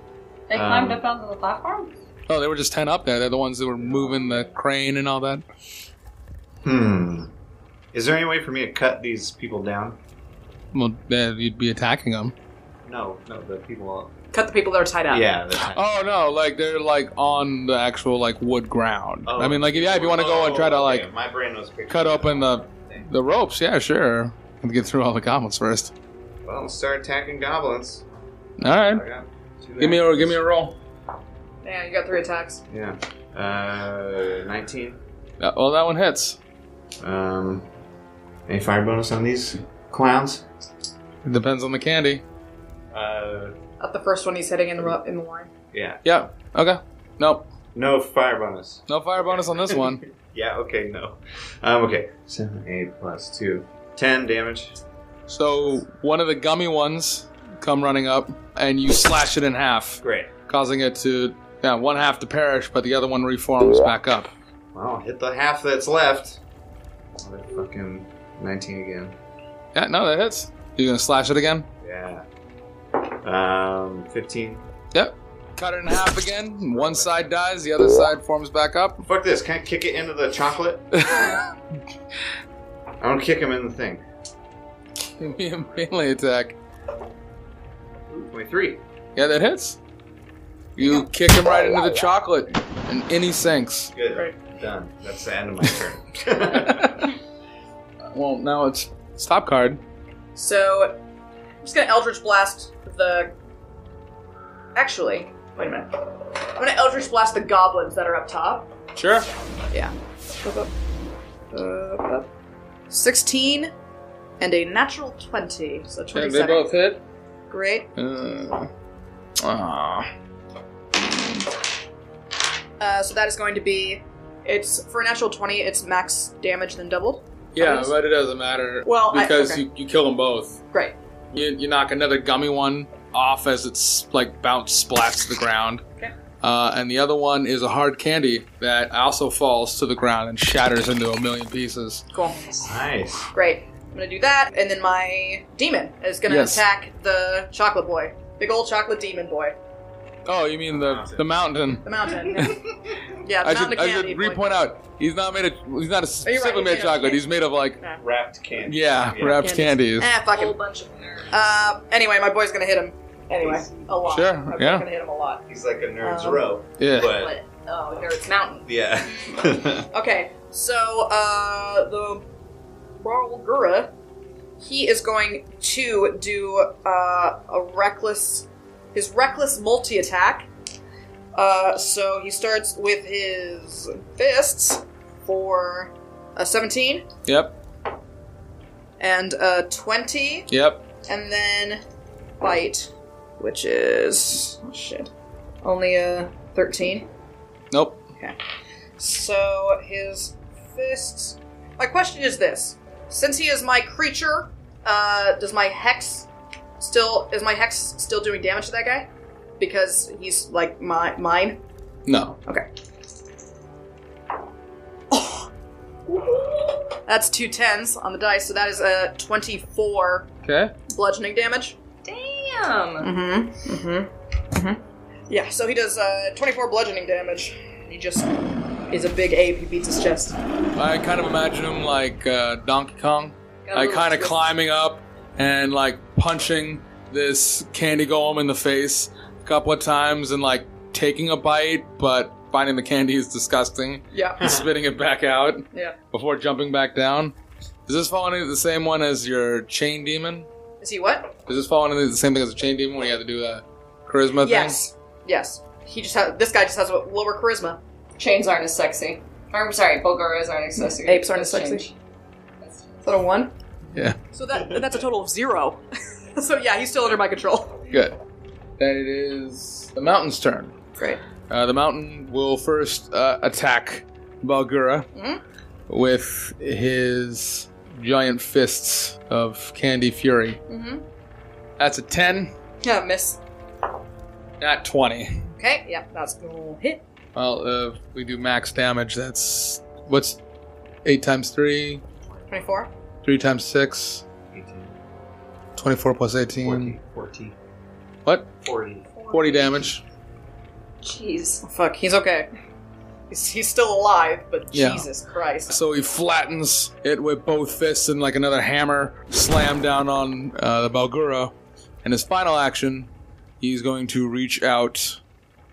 Speaker 2: They
Speaker 5: Um,
Speaker 2: climbed up onto the platform?
Speaker 6: Oh, they were just ten up there. They're the ones that were moving the crane and all that.
Speaker 5: Hmm. Is there any way for me to cut these people down?
Speaker 6: Well, eh, you'd be attacking them.
Speaker 5: No, no, the people.
Speaker 3: Cut the people that are tied up.
Speaker 5: Yeah. the tiny-
Speaker 6: Oh no, like they're like on the actual like wood ground.
Speaker 5: Oh.
Speaker 6: I mean, like yeah, if you want to go and try to
Speaker 5: Oh,
Speaker 6: like
Speaker 5: okay, my brain was picturing
Speaker 6: cut open the
Speaker 5: thing.
Speaker 6: the ropes, yeah, sure. Let's get through all the goblins first.
Speaker 5: Well, start attacking goblins.
Speaker 6: All
Speaker 5: I
Speaker 6: right,
Speaker 5: got two
Speaker 6: give me a
Speaker 5: actions.
Speaker 6: give me a roll.
Speaker 3: Yeah, you got three attacks.
Speaker 5: Yeah. Uh, 19.
Speaker 6: Uh, well, that one hits.
Speaker 5: Um, any fire bonus on these clowns?
Speaker 6: It depends on the candy.
Speaker 5: Uh,
Speaker 3: Up the first one he's hitting in the ru- in the line.
Speaker 5: yeah.
Speaker 6: Yeah. Okay. Nope.
Speaker 5: No fire bonus.
Speaker 6: No fire bonus on this [laughs] one.
Speaker 5: Yeah, okay, no. Um, okay. 7, 8 plus 2. 10 damage.
Speaker 6: So one of the gummy ones come running up, and you slash it in half,
Speaker 5: Great.
Speaker 6: causing it to yeah one half to perish, but the other one reforms back up.
Speaker 5: Well, hit the half that's left. Oh, that fucking 19 again.
Speaker 6: Yeah. No, that hits. You're gonna slash it again.
Speaker 5: Yeah. Um, 15.
Speaker 6: Yep. Cut it in half again. One side dies, the other side forms back up. [laughs]
Speaker 5: Fuck this. Can I kick it into the chocolate? [laughs] I'm gonna kick him in the thing.
Speaker 6: Give me a melee attack.
Speaker 5: 23.
Speaker 6: Yeah, that hits. You kick him right into the chocolate, and in he sinks.
Speaker 5: Good. Done. That's the end of my [laughs] turn.
Speaker 6: Well, now it's stop card.
Speaker 3: So, I'm just gonna Eldritch Blast the. Actually, wait a minute. I'm gonna Eldritch Blast the goblins that are up top.
Speaker 6: Sure.
Speaker 3: Yeah. Up, up. Up, up. 16 and a natural 20. So 27.
Speaker 6: they both hit.
Speaker 3: Great.
Speaker 6: Uh, aw.
Speaker 3: Uh, so that is going to be. It's for a natural 20, it's max damage then doubled.
Speaker 6: yeah, but it doesn't matter.
Speaker 3: Well, I-
Speaker 6: because
Speaker 3: okay.
Speaker 6: you, you kill them both.
Speaker 3: Great.
Speaker 6: You, you knock another gummy one off as it's like bounce splats to the ground.
Speaker 3: Okay.
Speaker 6: Uh, and the other one is a hard candy that also falls to the ground and shatters into a million pieces.
Speaker 3: Cool.
Speaker 5: nice.
Speaker 3: Great. I'm gonna do that, and then my demon is gonna
Speaker 6: Yes.
Speaker 3: attack the chocolate boy. Big old chocolate demon boy.
Speaker 6: Oh, you mean the the mountain?
Speaker 3: The mountain. Yeah,
Speaker 6: I
Speaker 3: not
Speaker 6: should,
Speaker 3: in a
Speaker 6: I
Speaker 3: can,
Speaker 6: should
Speaker 3: he'd
Speaker 6: re-point out, he's not made of, he's not a simply
Speaker 3: he's
Speaker 6: made
Speaker 3: made
Speaker 6: of
Speaker 3: of
Speaker 6: chocolate.
Speaker 3: candy.
Speaker 6: He's made of like,
Speaker 5: Wrapped candy.
Speaker 6: yeah, wrapped candies.
Speaker 3: Eh, fuck
Speaker 2: whole
Speaker 3: him.
Speaker 2: bunch of nerds.
Speaker 3: Uh, anyway, my boy's gonna hit him. Anyway, a lot.
Speaker 6: Sure,
Speaker 3: My boy's
Speaker 6: yeah.
Speaker 3: gonna hit him a lot.
Speaker 5: He's like a nerd's
Speaker 3: Um,
Speaker 5: row.
Speaker 6: Yeah.
Speaker 2: Ah.
Speaker 5: But,
Speaker 4: Oh, Nerd's Mountain.
Speaker 5: [laughs] yeah.
Speaker 3: Okay, so uh, the Barlgura, he is going to do uh, a reckless, his reckless multi attack. Uh, so he starts with his fists for a 17
Speaker 6: Yep,
Speaker 3: and a 20,
Speaker 6: yep.
Speaker 3: and then bite, which is oh, shit, only a 13.
Speaker 6: Nope.
Speaker 3: So his fists. My question is this: since he is my creature, uh, does my hex still is my hex still doing damage to that guy? Because he's like my mine.
Speaker 6: No.
Speaker 3: [coughs] That's two tens on the dice, so that is a twenty-four
Speaker 6: Okay.
Speaker 3: bludgeoning damage.
Speaker 4: Damn.
Speaker 3: Mm-hmm. Mm-hmm. Mm-hmm. Yeah. So he does uh, twenty-four bludgeoning damage. He just is a big ape. He beats his chest.
Speaker 6: I kind of imagine him like uh, Donkey Kong, like kind of climbing up and like punching this candy golem in the face a couple of times and like taking a bite, but finding the candy is
Speaker 3: [laughs]
Speaker 6: disgusting,
Speaker 3: Yeah.
Speaker 6: and spitting it back out
Speaker 3: Yeah.
Speaker 6: before jumping back down. Does this fall into the same one as your chain demon?
Speaker 3: Is he what?
Speaker 6: Does this fall into the same thing as a chain demon when you have to do a charisma
Speaker 3: Yes. Yes. He just has. This guy just has a lower charisma.
Speaker 2: Chains aren't as sexy. Or, I'm sorry, Bulgarias aren't as sexy.
Speaker 3: Apes aren't
Speaker 2: That's
Speaker 3: as sexy.
Speaker 2: changed. That's-
Speaker 3: Is that a one?
Speaker 6: thing? Yeah.
Speaker 3: So that that's a total of zero. [laughs] so yeah, he's still under my control.
Speaker 6: Good. Then it is the mountain's turn.
Speaker 3: Great.
Speaker 6: Uh, the mountain will first uh, attack Balgura
Speaker 3: Mhm.
Speaker 6: with his giant fists of Candy Fury.
Speaker 3: Mm-hmm.
Speaker 6: That's a 10,
Speaker 3: Yeah, miss.
Speaker 6: not 20.
Speaker 3: Okay. Yeah, that's gonna hit.
Speaker 6: Well, uh, if we do max damage, that's. What's 8 times 3?
Speaker 3: Twenty-four.
Speaker 6: 3 times 6?
Speaker 5: 18,
Speaker 6: 24 plus 18.
Speaker 5: 14, 14,
Speaker 6: What?
Speaker 5: 40.
Speaker 6: 40 damage.
Speaker 4: Jeez.
Speaker 3: Oh, fuck. He's okay. He's, he's still alive, but
Speaker 6: Yeah.
Speaker 3: Jesus Christ.
Speaker 6: So he flattens it with both fists and like another hammer slam down on uh, the Balgura. And his final action, he's going to reach out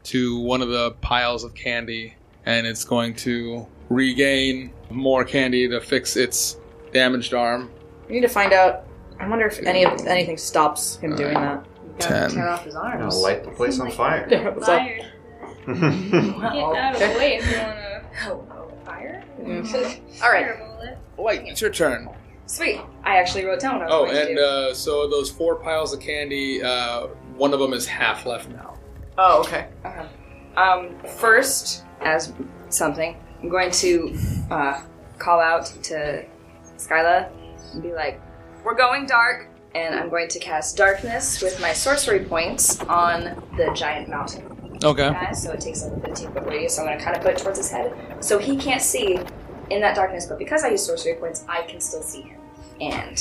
Speaker 6: to one of the piles of candy and it's going to regain more candy to fix its damaged arm.
Speaker 3: We need to find out. I wonder if any of anything stops him doing that.
Speaker 6: Ten.
Speaker 4: Tear off his
Speaker 5: I'm gonna
Speaker 4: arms.
Speaker 5: light the place on fire.
Speaker 3: Yeah, [laughs] what's up?
Speaker 9: Fired. Get out of the way if you
Speaker 4: [laughs]
Speaker 9: wanna. Oh, fire?
Speaker 3: All right.
Speaker 9: Fireball
Speaker 6: Wait, it's your turn.
Speaker 4: Sweet. I actually wrote down what I was
Speaker 6: Oh,
Speaker 4: going to
Speaker 6: and
Speaker 4: do.
Speaker 6: uh, so those four piles of candy, uh, one of them is half left now.
Speaker 3: Oh, okay.
Speaker 4: Um, first, as something, I'm going to uh, call out to Skyla and be like, "We're going dark," and I'm going to cast darkness with my sorcery points on the giant mountain.
Speaker 6: Okay.
Speaker 4: Guy, so it takes up a 15 foot radius. So I'm going to kind of put it towards his head, so he can't see in that darkness. But because I use sorcery points, I can still see him, and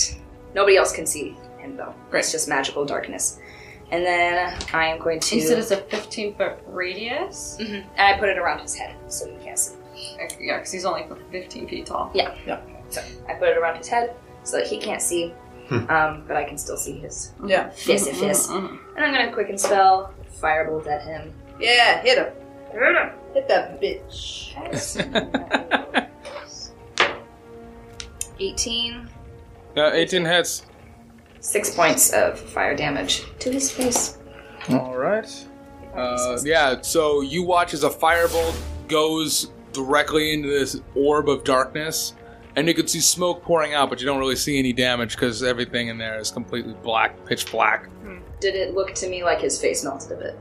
Speaker 4: nobody else can see him though. It's just magical darkness. And then I am going to.
Speaker 2: He said it's a 15 foot radius?
Speaker 4: Mhm. And I put it around his head so he can't see.
Speaker 2: Yeah, because he's only 15 feet tall.
Speaker 4: Yeah. So I put it around his head so that he can't see,
Speaker 2: Hmm.
Speaker 4: um, but I can still see his
Speaker 3: Yeah.
Speaker 4: fist
Speaker 2: Mm-hmm.
Speaker 4: if fist. And I'm gonna quicken spell, firebolt at him.
Speaker 3: Yeah. Hit him. Hit that bitch.
Speaker 4: 18,
Speaker 6: Uh, 18 hits.
Speaker 4: six points of fire damage to his face.
Speaker 6: All right. Uh, yeah, so you watch as a firebolt goes directly into this orb of darkness, and you can see smoke pouring out, but you don't really see any damage because everything in there is completely black, pitch black.
Speaker 4: Did it look to me like his face melted a bit?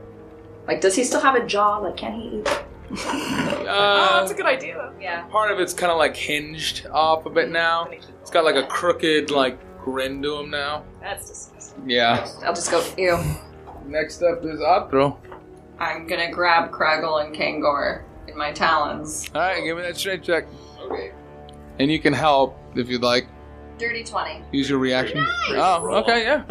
Speaker 4: Like, does he still have a jaw? Like, can he eat?
Speaker 3: Oh,
Speaker 6: Uh,
Speaker 3: that's a good idea.
Speaker 4: Yeah.
Speaker 6: part of it's kind of like hinged off a bit now. It's got like a crooked, like grin to him now.
Speaker 4: That's disgusting.
Speaker 6: Yeah.
Speaker 4: I'll just go, ew.
Speaker 6: Next up is Othro.
Speaker 2: I'm gonna grab Craggle and Kangor in my talons.
Speaker 6: All right, give me that strength check,
Speaker 2: Okay.
Speaker 6: and you can help if you'd like.
Speaker 2: Dirty 20.
Speaker 6: Use your reaction. Oh, okay, yeah.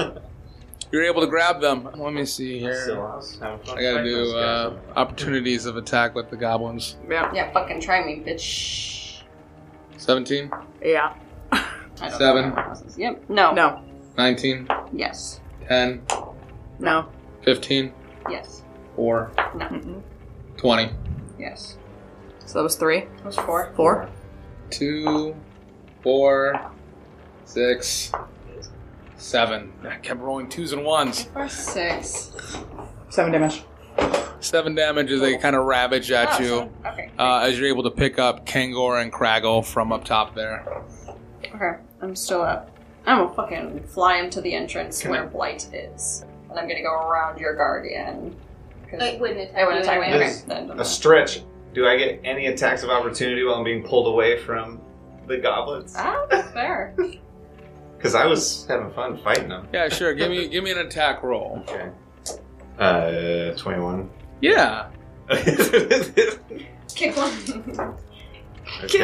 Speaker 6: You're able to grab them. Let me see here. I
Speaker 5: I
Speaker 6: gotta do uh, opportunities of attack with the goblins.
Speaker 3: Yeah.
Speaker 2: Yeah, fucking try me, bitch.
Speaker 6: 17,
Speaker 3: Yeah.
Speaker 2: I don't
Speaker 6: Seven.
Speaker 2: know how to process- Yep. No.
Speaker 3: No.
Speaker 6: 19,
Speaker 2: Yes.
Speaker 6: 10,
Speaker 3: No.
Speaker 6: 15,
Speaker 2: Yes.
Speaker 6: 4,
Speaker 2: No.
Speaker 6: 20.
Speaker 2: Yes.
Speaker 3: So that was three.
Speaker 2: That was four.
Speaker 3: Four.
Speaker 6: 2, 4, 6, 7. I kept rolling twos and ones.
Speaker 2: Four, six.
Speaker 3: Seven damage.
Speaker 6: 7 damage as they kind of ravage at
Speaker 2: Oh,
Speaker 6: you.
Speaker 2: seven. Okay.
Speaker 6: Uh, as you're able to pick up Kangor and Craggle from up top there.
Speaker 2: Okay. I'm still up. I'm
Speaker 3: Oh,
Speaker 2: gonna fucking fly him to the entrance where Blight is. And I'm gonna go around your guardian. 'Cause
Speaker 9: It wouldn't attack.
Speaker 2: I wouldn't
Speaker 9: you
Speaker 2: attack me.
Speaker 9: anyway.
Speaker 2: Okay.
Speaker 5: This-
Speaker 2: Then
Speaker 5: [laughs] A stretch. Do I get any attacks of opportunity while I'm being pulled away from the goblins?
Speaker 2: Ah, that's fair.
Speaker 5: Because I was having fun fighting them.
Speaker 6: Yeah, sure. Give me give me an attack roll.
Speaker 5: Okay. Uh, 21.
Speaker 6: Yeah.
Speaker 5: Get
Speaker 2: Kick one.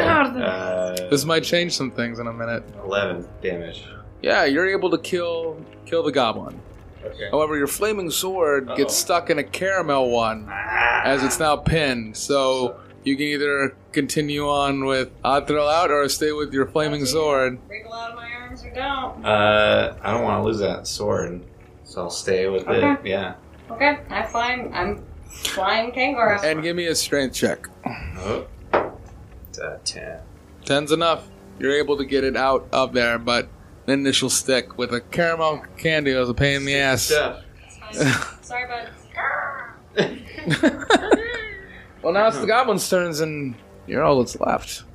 Speaker 5: out of there. Uh,
Speaker 6: This might change some things in a minute.
Speaker 5: 11 damage.
Speaker 6: Yeah, you're able to kill kill the goblin.
Speaker 5: Okay.
Speaker 6: However, your flaming sword
Speaker 5: Uh-oh.
Speaker 6: gets stuck in a caramel one as it's now pinned. So you can either continue on with odd thrill out or stay with your flaming sword.
Speaker 2: [laughs] Wriggle out of my arms or don't.
Speaker 5: Uh, I don't want to lose that sword, so I'll stay with it.
Speaker 2: Okay.
Speaker 5: Yeah.
Speaker 2: Okay. I fly. him- I'm flying Kangor. out.
Speaker 6: And give me a strength check.
Speaker 5: Oh. Uh, It's a 10.
Speaker 6: Ten's enough. You're able to get it out of there, but the initial stick with a caramel candy was a pain in the ass.
Speaker 5: Stuff.
Speaker 2: Sorry, bud.
Speaker 6: [laughs] Well, now it's the goblin's turns, and you're all that's left.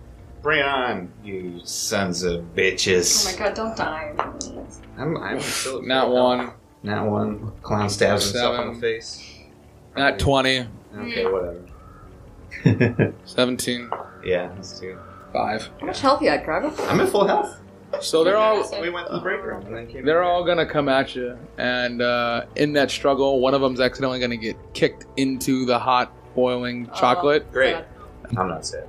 Speaker 5: Bring it on, you sons of
Speaker 2: Oh my
Speaker 5: bitches.
Speaker 2: god, don't die.
Speaker 3: [laughs]
Speaker 5: I'm, I'm still
Speaker 6: Not one,
Speaker 5: Not one. Clown stabs himself in
Speaker 6: Seven.
Speaker 5: the face.
Speaker 6: not 20,
Speaker 5: Okay,
Speaker 3: Mm.
Speaker 6: [laughs]
Speaker 5: whatever.
Speaker 6: 17,
Speaker 5: yeah, that's two.
Speaker 6: 5.
Speaker 3: How much health you had, Craggle?
Speaker 5: I'm at full health.
Speaker 6: So they're all
Speaker 5: We went to the break room and then came
Speaker 6: They're
Speaker 5: back.
Speaker 6: all gonna come at you, and uh, in that struggle, one of them's accidentally gonna get kicked into the hot boiling chocolate.
Speaker 5: Great. I'm not sad.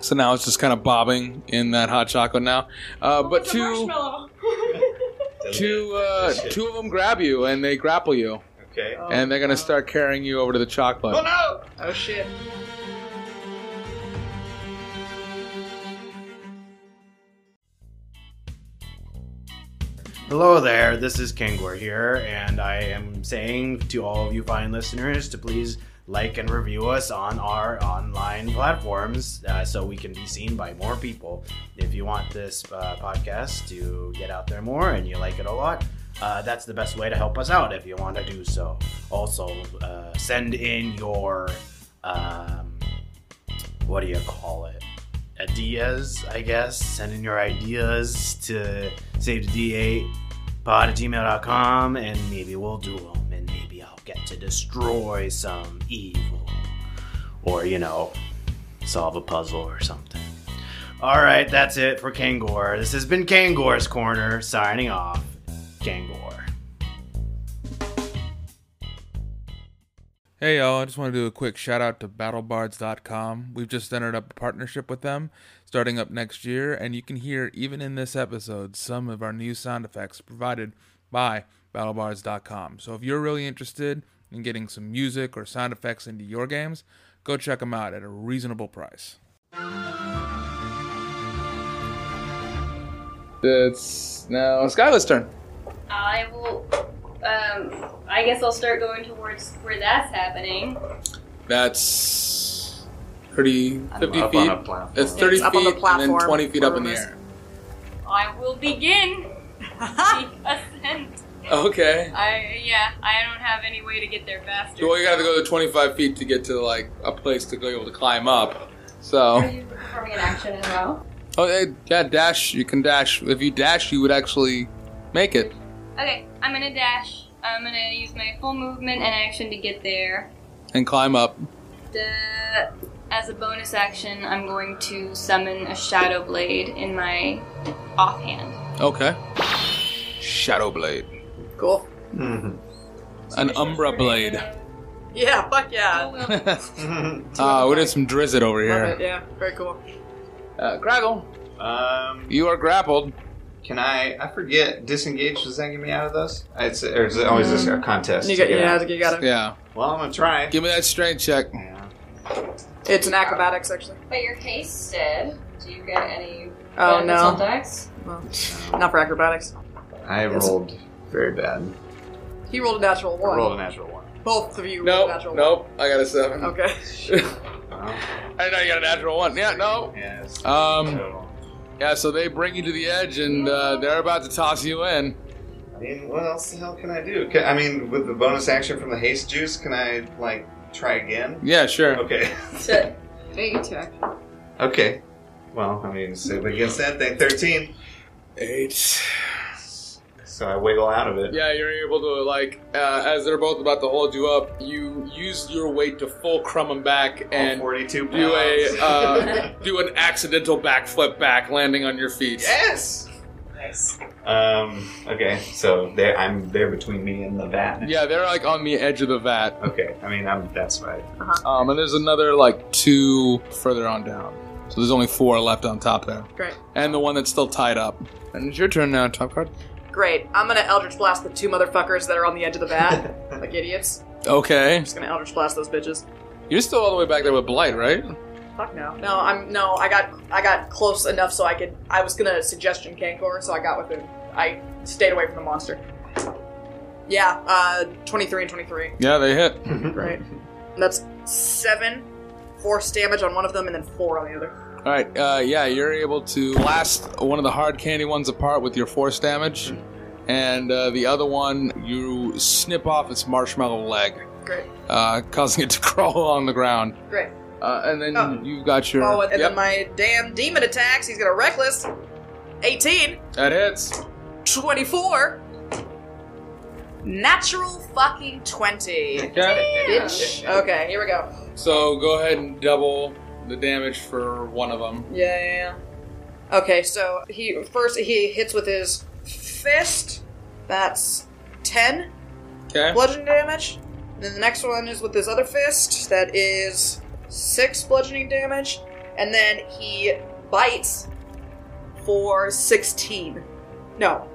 Speaker 6: So now it's just kind of bobbing in that hot chocolate now. Uh, but two, two, uh, two of them grab you and they grapple you,
Speaker 5: Okay.
Speaker 6: and they're gonna start carrying you over to the chocolate.
Speaker 5: no!
Speaker 3: Oh shit.
Speaker 10: Hello there, this is Kangor here, and I am saying to all of you fine listeners to please like and review us on our online platforms uh, so we can be seen by more people. If you want this uh, podcast to get out there more and you like it a lot, uh, that's the best way to help us out if you want to do so. Also, uh, send in your, um, what do you call it? Ideas, I guess. Send in your ideas to save the D8 pod at gmail.com and maybe we'll do them and maybe I'll get to destroy some evil or, you know, solve a puzzle or something. All right, that's it for Kangor. This has been Kangor's Corner signing off. Kangor.
Speaker 8: Hey y'all, I just want to do a quick shout out to battlebards.com. We've just entered up a partnership with them starting up next year, and you can hear even in this episode some of our new sound effects provided by battlebards.com. So if you're really interested in getting some music or sound effects into your games, go check them out at a reasonable price.
Speaker 6: It's now Skyla's turn.
Speaker 9: I will. Um, I guess I'll start going towards where that's happening.
Speaker 6: That's 30, 50
Speaker 5: Up on
Speaker 6: feet.
Speaker 5: a
Speaker 6: [laughs]
Speaker 5: platform.
Speaker 6: It's 30
Speaker 3: It's up on
Speaker 6: feet
Speaker 3: the
Speaker 6: and then
Speaker 3: platform.
Speaker 6: 20 feet up in the
Speaker 3: Whatever
Speaker 6: air.
Speaker 9: I will begin [laughs] the ascent.
Speaker 6: [laughs] Okay.
Speaker 9: I yeah. I don't have any way to get there faster.
Speaker 6: So well, you gotta go to 25 feet to get to like a place to be able to climb up.
Speaker 2: Are
Speaker 6: So,
Speaker 2: you performing an action as well?
Speaker 6: oh eh, yeah, dash. You can dash. If you dash, you would actually make it.
Speaker 9: Okay, I'm gonna dash. I'm gonna use my full movement and action to get there.
Speaker 6: and climb up.
Speaker 9: The, as a bonus action, I'm going to summon a shadow blade in my offhand.
Speaker 6: Okay. Shadow blade.
Speaker 3: Cool.
Speaker 6: An umbra blade.
Speaker 3: Yeah, fuck yeah. Love
Speaker 6: Ah, we did some drizzit over
Speaker 3: it,
Speaker 6: here.
Speaker 3: yeah. Very cool.
Speaker 6: Uh, Craggle,
Speaker 5: um,
Speaker 6: you are grappled.
Speaker 5: Can I? I forget. Disengage. Does that get me out of this? It's or is it always just a contest?
Speaker 3: Mm. You
Speaker 5: to
Speaker 3: got,
Speaker 5: get
Speaker 3: yeah,
Speaker 5: out?
Speaker 3: you got it.
Speaker 6: Yeah.
Speaker 5: Well, I'm gonna try.
Speaker 6: Give me that strength check.
Speaker 3: It's an acrobatics, actually.
Speaker 2: But your case said, do you get any
Speaker 3: Oh,
Speaker 2: benefits
Speaker 3: no.
Speaker 2: on dice?
Speaker 3: Well, not for acrobatics.
Speaker 5: I rolled very bad.
Speaker 3: He rolled a natural
Speaker 5: I
Speaker 3: one.
Speaker 5: rolled a natural one.
Speaker 3: Both of you rolled a
Speaker 6: Nope.
Speaker 3: natural
Speaker 6: Nope. I got a seven.
Speaker 3: one.
Speaker 6: [laughs]
Speaker 3: Okay.
Speaker 6: I know you got a natural one. Yeah. No.
Speaker 5: Yes.
Speaker 6: Um. Yeah. So they bring you to the edge, and uh, they're about to toss you in.
Speaker 5: I mean, what else the hell can I do? Can, I mean, with the bonus action from the haste juice, can I like try again?
Speaker 6: Yeah. Sure.
Speaker 5: Okay. [laughs]
Speaker 2: To,
Speaker 5: Okay. Well, I mean, so against that thing, thirteen.
Speaker 6: Eight.
Speaker 5: So I wiggle out of it.
Speaker 6: Yeah, you're able to like uh, as they're both about to hold you up. You use your weight to full crumb them back
Speaker 5: And
Speaker 6: and
Speaker 5: forty-two pounds.
Speaker 6: do a uh, do an accidental backflip back, landing on your feet.
Speaker 5: yes.
Speaker 2: nice.
Speaker 5: Um. Okay. So there, I'm there between me and the vat.
Speaker 6: Yeah, they're like on the edge of the vat.
Speaker 5: Okay. I mean, I'm that's right.
Speaker 6: Um, and there's another like two further on down. So there's only four left on top there.
Speaker 3: Great.
Speaker 6: And the one that's still tied up. And it's your turn now, top card.
Speaker 3: Great. I'm gonna Eldritch Blast the two motherfuckers that are on the edge of the
Speaker 6: [laughs]
Speaker 3: bat, like idiots.
Speaker 6: Okay.
Speaker 3: Just gonna Eldritch Blast those bitches.
Speaker 6: You're still all the way back there with Blight, right?
Speaker 3: Fuck no. No, I'm no. I got I got close enough so I could. I was gonna suggestion Kankor, so I got within. I stayed away from the monster. Yeah. Uh, 23 and 23.
Speaker 6: Yeah, they hit.
Speaker 3: Great. That's seven force damage on one of them, and then four on the other.
Speaker 6: All right, uh, yeah, you're able to blast one of the hard candy ones apart with your force damage, and uh, the other one you snip off its marshmallow leg,
Speaker 3: Great.
Speaker 6: uh, [laughs] causing it to crawl along the ground.
Speaker 3: Great.
Speaker 6: Uh, and then
Speaker 3: Oh.
Speaker 6: you've got your
Speaker 3: Oh, and
Speaker 6: yep,
Speaker 3: then my damn demon attacks. He's gonna reckless. 18,
Speaker 6: that hits.
Speaker 3: 24, natural fucking 20.
Speaker 6: Okay.
Speaker 3: Bitch. [laughs] Okay, here we go.
Speaker 6: So go ahead and double the damage for one of them.
Speaker 3: Yeah, yeah, yeah. Okay, so he first he hits with his fist. That's 10
Speaker 6: Okay.
Speaker 3: bludgeoning damage. And then the next one is with his other fist. That is six bludgeoning damage. And then he bites for 16. No.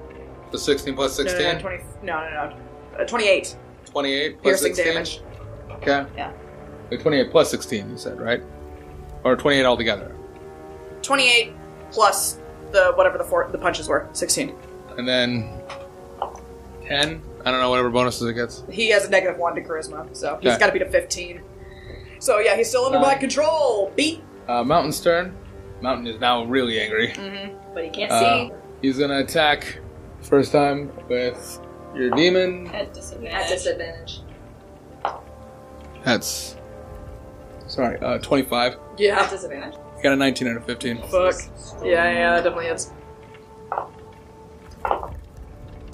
Speaker 6: The 16 plus
Speaker 3: no,
Speaker 6: 16,
Speaker 3: No, no, 20, no, no, no. Uh, 28
Speaker 6: 28 plus
Speaker 3: piercing
Speaker 6: 16.
Speaker 3: damage.
Speaker 6: Okay.
Speaker 3: Yeah.
Speaker 6: Wait, 28 plus 16, you said, right? Or 28 altogether.
Speaker 3: 28 plus the whatever the four, the punches were. 16.
Speaker 6: And then 10? I don't know, whatever bonuses it gets.
Speaker 3: He has a negative one to charisma, so he's
Speaker 6: Okay. Um,
Speaker 3: got to beat a 15. So yeah, he's still under my
Speaker 6: Nine.
Speaker 3: control. Beat.
Speaker 6: Uh, Mountain's turn. Mountain is now really angry.
Speaker 3: Mm,
Speaker 2: But he can't
Speaker 6: Uh, he's going to attack first time with your demon.
Speaker 2: see at disadvantage.
Speaker 4: At disadvantage.
Speaker 6: That's. Sorry, uh, 25.
Speaker 3: Yeah.
Speaker 4: Disadvantage.
Speaker 6: You got a 19 out of 15.
Speaker 3: Fuck. Yeah, yeah, that definitely is.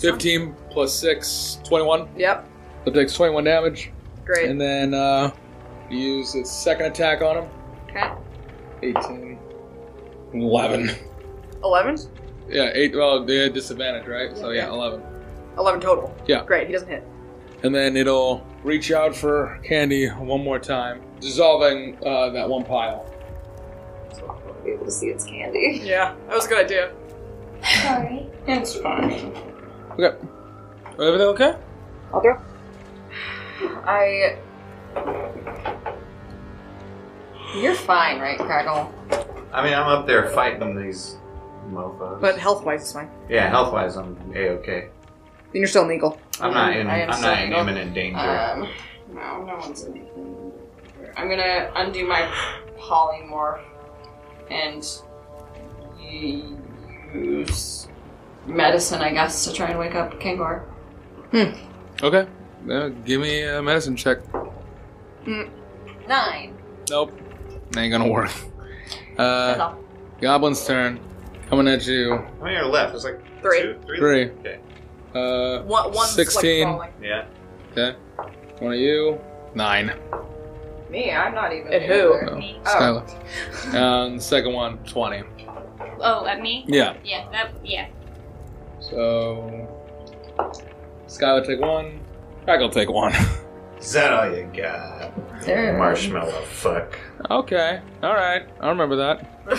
Speaker 6: 15 plus 6, 21.
Speaker 3: Yep.
Speaker 6: So it takes 21 damage.
Speaker 3: Great.
Speaker 6: And then uh, use its second attack on him.
Speaker 4: Okay.
Speaker 6: 18. 11.
Speaker 3: 11?
Speaker 6: Yeah, 8. Well, they had disadvantage, right? So, yeah, 11.
Speaker 3: 11 total.
Speaker 6: Yeah.
Speaker 3: Great. He doesn't hit.
Speaker 6: And then it'll reach out for Candy one more time, dissolving uh, that one pile.
Speaker 4: Be able to see its candy.
Speaker 3: Yeah, that was a good idea.
Speaker 9: Sorry.
Speaker 2: It's fine.
Speaker 6: Okay. Everything okay?
Speaker 2: I. You're fine, right, Craggle?
Speaker 5: I mean, I'm up there fighting these mofos.
Speaker 3: But health wise, it's fine.
Speaker 5: yeah, health wise, I'm a okay.
Speaker 3: And you're still an eagle.
Speaker 5: I'm not in.
Speaker 2: I am
Speaker 5: I'm
Speaker 2: still
Speaker 5: not in
Speaker 2: not-
Speaker 5: imminent danger.
Speaker 2: Um, no, no one's in. I'm gonna undo my polymorph and y- use medicine, I guess, to try and wake up Kangor.
Speaker 6: Okay. Uh, give me a medicine check.
Speaker 2: Nine.
Speaker 6: Nope. Ain't gonna work.
Speaker 2: That's
Speaker 6: Uh,
Speaker 2: all.
Speaker 6: Goblin's turn. Coming at you.
Speaker 5: How many are left? There's like
Speaker 3: Three.
Speaker 5: two, three.
Speaker 6: Three.
Speaker 5: Okay.
Speaker 6: Uh,
Speaker 3: One, one's
Speaker 6: 16.
Speaker 3: Like crawling.
Speaker 5: Yeah.
Speaker 6: okay. One of you. Nine.
Speaker 4: Me, I'm not even.
Speaker 3: At who?
Speaker 2: Oh.
Speaker 6: No,
Speaker 9: Me.
Speaker 2: [laughs]
Speaker 6: Skylar. And second one, 20.
Speaker 9: Oh, at me?
Speaker 6: Yeah.
Speaker 9: Yeah, that, yeah.
Speaker 6: So. Skylar take one. Crackle take one.
Speaker 5: Is that all you got?
Speaker 2: There.
Speaker 5: Marshmallow fuck.
Speaker 6: okay. Alright. I remember that.
Speaker 2: [laughs]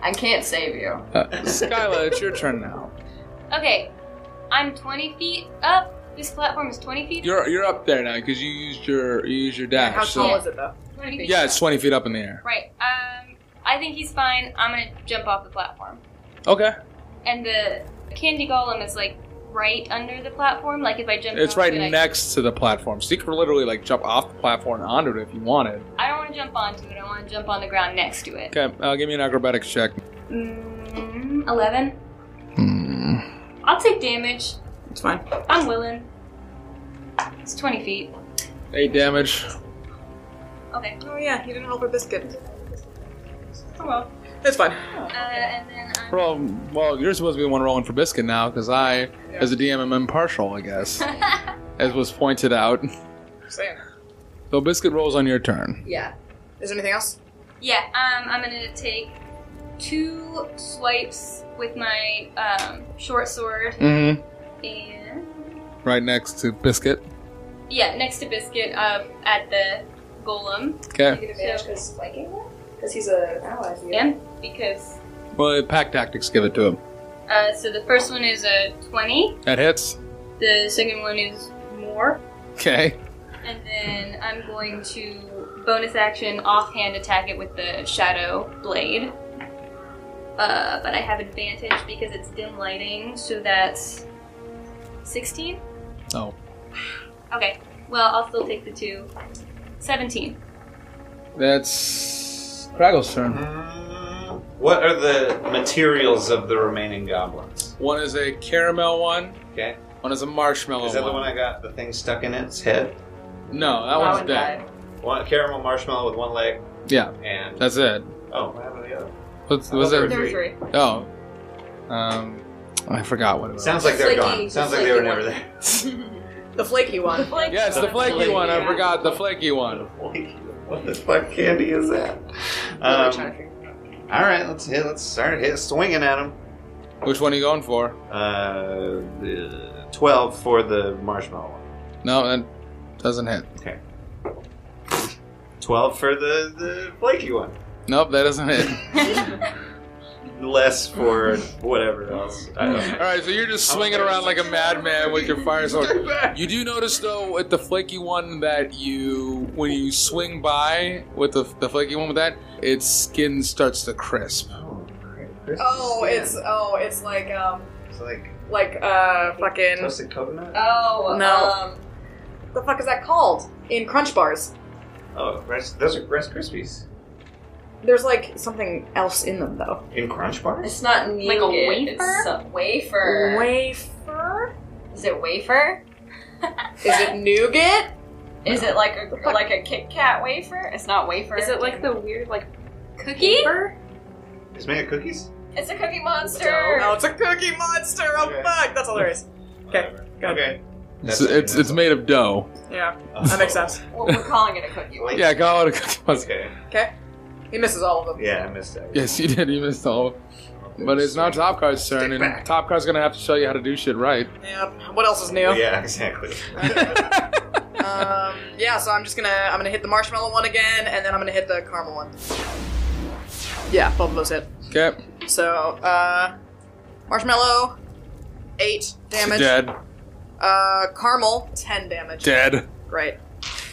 Speaker 2: I can't save you.
Speaker 6: Uh, Skyla, it's your turn now.
Speaker 9: Okay, I'm 20 feet up. This platform is 20 feet.
Speaker 6: You're you're up there now because you used your you used your dash.
Speaker 3: How
Speaker 6: so-
Speaker 3: tall is it though?
Speaker 9: 20 feet.
Speaker 6: Yeah, it's twenty feet up in the air.
Speaker 9: Right. Um, I think he's fine. I'm gonna jump off the platform.
Speaker 6: Okay,
Speaker 9: And the candy golem is like right under the platform. Like if I jump,
Speaker 6: it's
Speaker 9: off
Speaker 6: right
Speaker 9: it, I-
Speaker 6: next to the platform, so you could literally like jump off the platform and onto it if you wanted.
Speaker 9: I don't want to jump onto it. I want to jump on the ground next to it.
Speaker 6: Okay, uh, give me an acrobatics check.
Speaker 9: Mm, 11. I'll take damage.
Speaker 3: It's fine.
Speaker 9: I'm willing. It's 20 feet.
Speaker 6: Eight damage.
Speaker 9: Okay.
Speaker 3: Oh yeah, you didn't roll for biscuit.
Speaker 9: Oh well.
Speaker 3: It's fine.
Speaker 9: Uh, and then I'm.
Speaker 6: Well, well, you're supposed to be the one rolling for biscuit now because I, as a DM, am impartial, I guess, as was pointed out.
Speaker 3: Saying.
Speaker 6: So biscuit rolls on your turn.
Speaker 9: Yeah.
Speaker 3: Is there anything else?
Speaker 9: [laughs] Yeah, um, I'm gonna take two swipes with my um, short sword
Speaker 6: Mm-hmm.
Speaker 9: and.
Speaker 6: Right next to biscuit.
Speaker 9: Yeah, next to Biscuit uh, at the golem.
Speaker 6: Okay.
Speaker 4: because flanking him? Because he's an ally. of you.
Speaker 9: And because.
Speaker 6: Well, pack tactics give it to him.
Speaker 9: Uh, so the first one is a 20,
Speaker 6: That hits.
Speaker 9: the second one is more,
Speaker 6: Okay.
Speaker 9: and then I'm going to bonus action offhand attack it with the shadow blade. Uh, but I have advantage because it's dim lighting, so that's 16?
Speaker 6: Oh.
Speaker 9: Okay, well, I'll still take the two. 17.
Speaker 6: That's Craggle's turn.
Speaker 5: Mm-hmm. Mm, What are the materials of the remaining goblins?
Speaker 6: One is a caramel one.
Speaker 5: Okay.
Speaker 6: One is a marshmallow
Speaker 5: Is that the one I got the thing stuck in its head?
Speaker 6: No, that
Speaker 9: Wow,
Speaker 6: one's
Speaker 9: and
Speaker 6: dead.
Speaker 9: die.
Speaker 5: One caramel marshmallow with one leg
Speaker 6: Yeah,
Speaker 5: and
Speaker 6: that's it.
Speaker 5: oh, what happened to the other?
Speaker 6: What's,
Speaker 5: I
Speaker 6: was
Speaker 5: thought
Speaker 6: it?
Speaker 5: there
Speaker 2: There were three.
Speaker 6: Oh. Um, I forgot what it was.
Speaker 5: Sounds like they're
Speaker 4: Flaky,
Speaker 5: gone.
Speaker 4: just
Speaker 5: Sounds like they were
Speaker 4: flaky
Speaker 5: never
Speaker 4: one.
Speaker 5: there.
Speaker 3: The flaky one.
Speaker 6: yeah, it's the flaky
Speaker 5: flaky,
Speaker 6: one. I
Speaker 5: yeah.
Speaker 6: forgot the flaky one.
Speaker 5: [laughs] What the fuck candy is that?
Speaker 4: What are
Speaker 5: Um,
Speaker 4: we trying to figure
Speaker 5: all right, let's hit. Let's start hit swinging at him.
Speaker 6: Which one are you going for?
Speaker 5: Uh, the twelve for the marshmallow one.
Speaker 6: No, that doesn't hit.
Speaker 5: Okay. Twelve for the the flaky one.
Speaker 6: Nope, that doesn't
Speaker 5: [laughs]
Speaker 6: hit.
Speaker 5: Less for whatever else. I don't
Speaker 6: All
Speaker 5: know.
Speaker 6: right, so you're just swinging around like a madman with your fire sword. You do notice though with the flaky one that you, when you swing by with the, the flaky one with that, its skin starts to crisp.
Speaker 5: Oh, great. Christmas
Speaker 3: [laughs] Oh,
Speaker 5: skin.
Speaker 3: it's oh, it's like um,
Speaker 5: It's like
Speaker 3: like uh, fucking.
Speaker 5: toasted coconut.
Speaker 2: Oh,
Speaker 3: No.
Speaker 2: um,
Speaker 3: The fuck is that called? In Crunch Bars,
Speaker 5: Oh, Rice, those are Rice Krispies.
Speaker 3: there's like something else in them though.
Speaker 5: In Crunch Bars?
Speaker 2: it's not new.
Speaker 9: Like a wafer?
Speaker 2: It's some- wafer.
Speaker 3: Wafer.
Speaker 2: Is it wafer?
Speaker 3: Is it nougat?
Speaker 2: Is it like a like a Kit Kat wafer? It's not wafer.
Speaker 9: Is it like the weird, like, cookie?
Speaker 5: It's made of cookies?
Speaker 2: It's a cookie monster.
Speaker 3: No, Oh, it's a cookie monster. Oh
Speaker 5: Okay.
Speaker 3: fuck, that's all there is. Okay, good.
Speaker 5: Okay.
Speaker 6: It's,
Speaker 5: That's-
Speaker 6: it's, it's made of dough.
Speaker 3: Yeah,
Speaker 5: Oh.
Speaker 3: that makes sense.
Speaker 2: Well, we're calling it a cookie. wafer.
Speaker 6: Yeah, call [laughs] it a cookie monster.
Speaker 5: Okay.
Speaker 3: He misses all of them.
Speaker 5: Yeah, I missed that.
Speaker 6: Yes, you did. You missed all. of it. But it's now Top Card's turn, and Top Card's gonna have to show you how to do shit right.
Speaker 3: Yeah. What else is new? [laughs]
Speaker 5: Yeah, exactly.
Speaker 3: Um, yeah, so I'm just gonna I'm gonna hit the marshmallow one again, and then I'm gonna hit the caramel one. Yeah, both of those hit.
Speaker 6: Okay,
Speaker 3: So, uh, marshmallow, eight damage.
Speaker 6: dead,
Speaker 3: Uh, caramel, ten damage.
Speaker 6: dead.
Speaker 3: Great,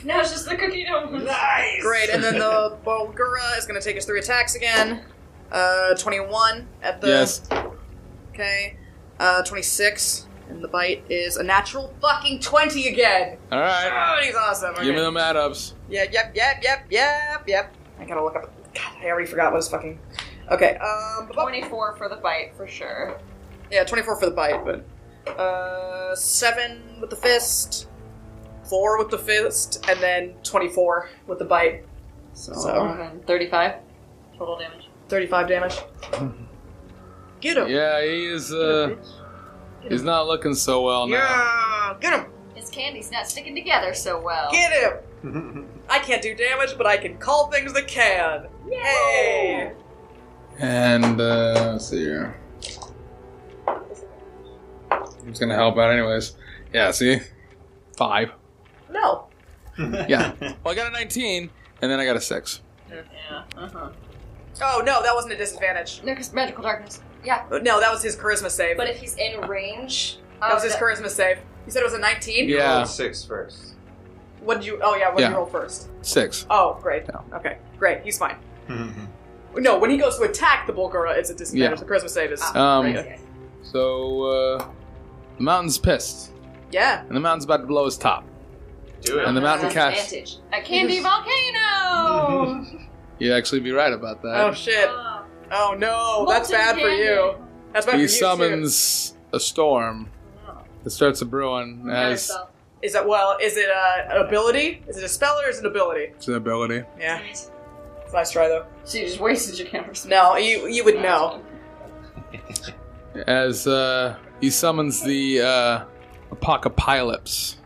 Speaker 2: No, it's just the cookie dough.
Speaker 5: nice!
Speaker 3: great. And then
Speaker 6: [laughs]
Speaker 3: the Bulgura is gonna take his three attacks again. Uh, twenty-one at the
Speaker 6: Yes,
Speaker 3: okay. Uh, twenty-six, and the bite is a natural fucking twenty again.
Speaker 6: all right.
Speaker 3: Oh, he's awesome. Okay.
Speaker 6: Give me them add ups.
Speaker 3: Yep, yep, yep, yep, yep, yep. I gotta look up. God, I already forgot what his fucking. Okay, um, bu-
Speaker 2: Twenty-four for the bite for sure.
Speaker 3: yeah, 24 for the bite, but. Uh, 7 with the fist, 4 with the fist, and then 24 with the bite. So,
Speaker 2: And Thirty-five total damage.
Speaker 3: 35 damage. Get him!
Speaker 6: Yeah, he is. Uh, he's not looking so well now.
Speaker 3: Yeah, Get him!
Speaker 2: His candy's not sticking together so well.
Speaker 3: Get him!
Speaker 5: [laughs]
Speaker 3: I can't do damage, but I can call things that can. Yay!
Speaker 6: And uh, let's see here. I'm just gonna help out anyways. Yeah, see, five.
Speaker 3: No.
Speaker 6: Yeah. Well, I got a 19, and then I got a six.
Speaker 2: Yeah. Uh huh.
Speaker 3: Oh no, that wasn't a disadvantage.
Speaker 2: No, because magical darkness. Yeah.
Speaker 3: But No, that was his charisma save.
Speaker 4: But if he's in range,
Speaker 3: that
Speaker 2: Oh,
Speaker 3: was his charisma save. You said it was a 19.
Speaker 6: Yeah.
Speaker 5: Six first.
Speaker 6: [laughs]
Speaker 3: What did you? Oh yeah. What did
Speaker 6: Yeah.
Speaker 3: you roll first?
Speaker 6: Six.
Speaker 3: Oh great. Okay, great. He's fine. No, when he goes to attack the Bulgara, it's a disadvantage.
Speaker 6: Yeah.
Speaker 3: The charisma save is.
Speaker 6: Um,
Speaker 3: yeah.
Speaker 6: so, uh, the mountain's pissed.
Speaker 3: yeah.
Speaker 6: And the mountain's about to blow his top.
Speaker 5: Do it.
Speaker 6: And the mountain casts.
Speaker 4: advantage.
Speaker 2: A candy volcano.
Speaker 6: You'd actually be right about
Speaker 3: Oh
Speaker 6: that.
Speaker 3: shit.
Speaker 2: Ah.
Speaker 3: Oh no, that's bad for you. That's bad for
Speaker 6: he
Speaker 3: you. too. Oh.
Speaker 6: summons a storm that starts a brewing as
Speaker 9: Myself.
Speaker 3: Is that well? Is it a an ability? Is it a spell or is it an ability?
Speaker 6: it's an ability.
Speaker 3: Yeah. It's a nice try though.
Speaker 2: So you just wasted your camera.
Speaker 3: No, you you would know.
Speaker 6: As uh, he summons the uh, apocalypse.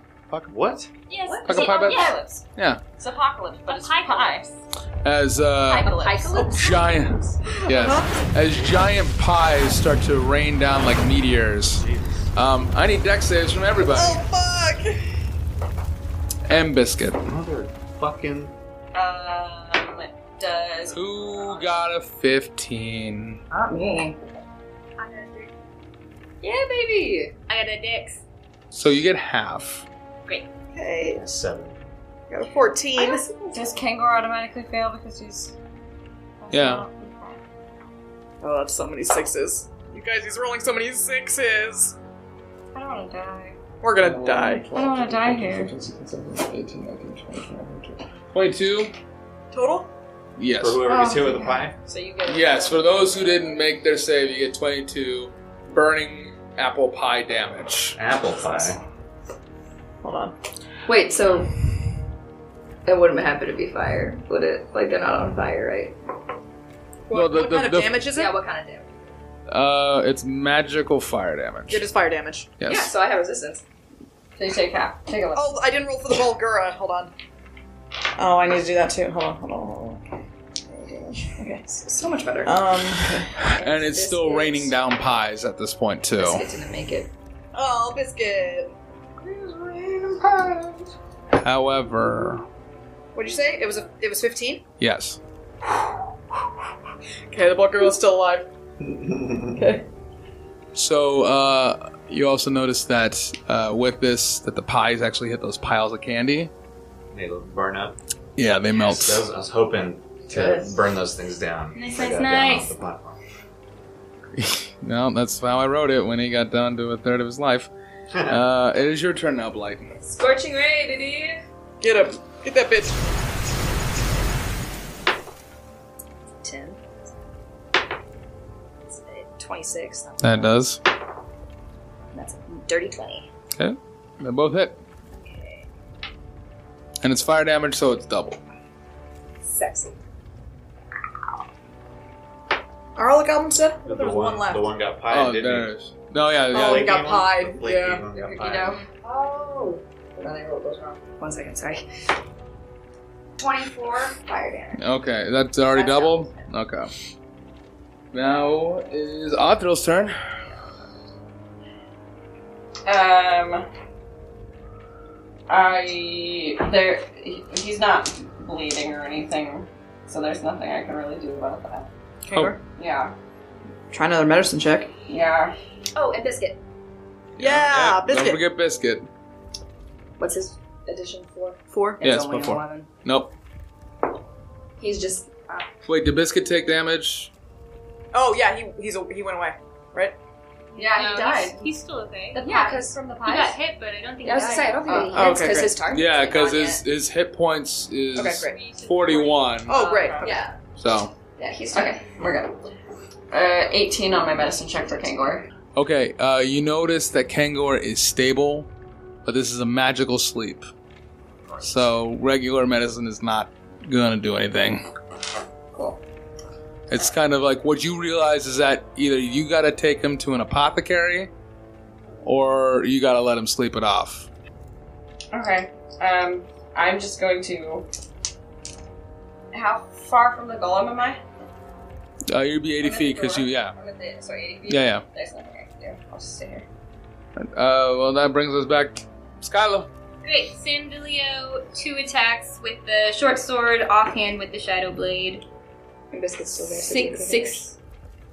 Speaker 5: What?
Speaker 9: Yes.
Speaker 6: Like a
Speaker 9: yeah,
Speaker 6: pie-
Speaker 9: yeah.
Speaker 6: Yeah.
Speaker 2: It's apocalypse, but it's pie.
Speaker 9: Apocalypse.
Speaker 6: As uh,
Speaker 2: Apocalypse.
Speaker 6: giant, yes, as giant pies start to rain down like meteors. Um, I need deck saves from everybody.
Speaker 3: Oh fuck!
Speaker 6: And biscuit.
Speaker 5: Mother fucking.
Speaker 2: Um, does
Speaker 6: Who got a fifteen?
Speaker 4: Not me.
Speaker 9: I got a three.
Speaker 4: Yeah, baby.
Speaker 9: I got a dex.
Speaker 6: So you get half.
Speaker 3: Hey,
Speaker 10: Seven.
Speaker 3: got a fourteen.
Speaker 2: does Kangor automatically fail because he's?
Speaker 6: Yeah.
Speaker 3: Oh, that's so many sixes. You guys, he's rolling so many sixes.
Speaker 2: I don't want to die.
Speaker 3: We're gonna die.
Speaker 2: I don't want to die here.
Speaker 6: Twenty-two.
Speaker 3: Total?
Speaker 6: Yes.
Speaker 5: For whoever gets hit with a pie?
Speaker 3: Oh,
Speaker 2: So you get.
Speaker 6: Yes, for those who didn't make their save, you get 22 burning apple pie damage.
Speaker 5: Apple pie.
Speaker 3: Hold on.
Speaker 4: Wait, so it wouldn't happen to be fire, would it? Like they're not on fire, right?
Speaker 6: Well,
Speaker 3: What,
Speaker 6: the-
Speaker 3: what
Speaker 6: the-
Speaker 3: kind of
Speaker 6: the-
Speaker 3: damage is it?
Speaker 4: Yeah. What kind of damage?
Speaker 6: Uh, it's magical fire damage.
Speaker 3: It is fire damage.
Speaker 6: yes.
Speaker 4: Yeah. So I have resistance.
Speaker 2: So you take half. Take a look.
Speaker 3: Oh, I didn't roll for the Bulgura. Hold on. Oh, I need to do that too. Hold on, hold on, hold on. Okay.
Speaker 4: So much better.
Speaker 3: Um.
Speaker 6: and it's still
Speaker 4: Biscuits.
Speaker 6: raining down pies at this point, too.
Speaker 4: Biscuit didn't make it.
Speaker 3: Oh, biscuit.
Speaker 6: However,
Speaker 3: What'd you say? It was a, it was fifteen.
Speaker 6: yes.
Speaker 3: Okay, the Bulgura is still alive.
Speaker 6: So, uh, you also notice that uh, with this, that the pies actually hit those piles of candy.
Speaker 5: They burn up.
Speaker 6: Yeah, they melt.
Speaker 5: So I was- I was hoping to burn those things down.
Speaker 9: Nice,
Speaker 5: Like,
Speaker 9: nice,
Speaker 5: uh, down
Speaker 9: nice.
Speaker 5: off the platform.
Speaker 6: No, that's how I wrote it when he got down to a third of his life. Uh, it is your turn now, Blight.
Speaker 4: Scorching ray, did he?
Speaker 3: Get him. Get that bitch.
Speaker 4: Ten. It's a Twenty-six. That's,
Speaker 6: That does.
Speaker 4: that's a dirty twenty.
Speaker 6: Okay. They both hit. And it's fire damage, so it's double.
Speaker 4: Sexy.
Speaker 3: Our all goblins dead.
Speaker 5: The,
Speaker 3: There was
Speaker 5: one,
Speaker 3: one, left.
Speaker 5: the one got pie,
Speaker 6: oh,
Speaker 5: didn't
Speaker 6: there
Speaker 5: he?
Speaker 6: it is. No, yeah, yeah.
Speaker 3: Oh, it got
Speaker 5: Flaky one?
Speaker 3: pied.
Speaker 5: The flaky
Speaker 3: Yeah.
Speaker 5: one got
Speaker 2: You
Speaker 5: pied.
Speaker 2: know.
Speaker 4: Oh. And then I rolled those wrong. One second. Sorry. Twenty-four fire damage.
Speaker 6: Okay, that's already
Speaker 4: That's
Speaker 6: doubled? Okay. Now is Othril's turn.
Speaker 2: Um, I there. he- He's not bleeding or anything, so there's nothing I can really do about that.
Speaker 6: Oh.
Speaker 2: Yeah,
Speaker 3: Try another medicine check.
Speaker 2: yeah.
Speaker 4: Oh, and biscuit.
Speaker 3: Yeah,
Speaker 6: Don't
Speaker 3: biscuit.
Speaker 6: forget Biscuit.
Speaker 4: What's his addition for?
Speaker 3: Four.
Speaker 4: It's
Speaker 6: Yes,
Speaker 4: only
Speaker 6: before.
Speaker 4: eleven.
Speaker 6: Nope.
Speaker 4: He's just.
Speaker 6: Wait, did Biscuit take damage?
Speaker 3: Oh yeah, he he's a, he went away. Right.
Speaker 2: Yeah, he
Speaker 9: No,
Speaker 2: died.
Speaker 9: He's, he's still okay.
Speaker 4: The
Speaker 9: yeah,
Speaker 4: pie-
Speaker 9: because
Speaker 4: from the
Speaker 9: Um, he got hit, but I don't think
Speaker 4: I was
Speaker 9: he
Speaker 4: gonna say,
Speaker 9: died.
Speaker 4: I don't
Speaker 3: Oh,
Speaker 4: think
Speaker 3: oh,
Speaker 4: he hits
Speaker 3: okay,
Speaker 4: because
Speaker 3: great.
Speaker 4: his target.
Speaker 6: Yeah,
Speaker 4: is gone
Speaker 6: because his,
Speaker 4: yet.
Speaker 6: his hit points is
Speaker 3: Okay, great.
Speaker 6: 41.
Speaker 3: Oh great.
Speaker 2: Uh,
Speaker 4: Yeah,
Speaker 6: So,
Speaker 4: yeah, he's
Speaker 2: Okay,
Speaker 4: okay.
Speaker 2: we're good. Uh, 18 on my medicine check for Kangor.
Speaker 6: okay, uh, you notice that Kangor is stable, but this is a magical sleep. So, regular medicine is not gonna do anything.
Speaker 2: Cool.
Speaker 6: It's kind of like what you realize is that either you got to take him to an apothecary or you got to let him sleep it off.
Speaker 2: Okay. Um, I'm just going to. How far from the golem am I?
Speaker 6: Uh, you'd be 80 feet because you, yeah.
Speaker 2: I'm at the, sorry, 80 feet.
Speaker 6: Yeah, yeah.
Speaker 2: There's nothing I can do. I'll Oh, just stay here.
Speaker 6: Uh, well, that brings us back. Skyla.
Speaker 9: Great. Sandilio, two attacks with the short sword, offhand with the shadow blade.
Speaker 4: And Biscuit's still there. so you
Speaker 9: Six,
Speaker 4: can-
Speaker 9: six,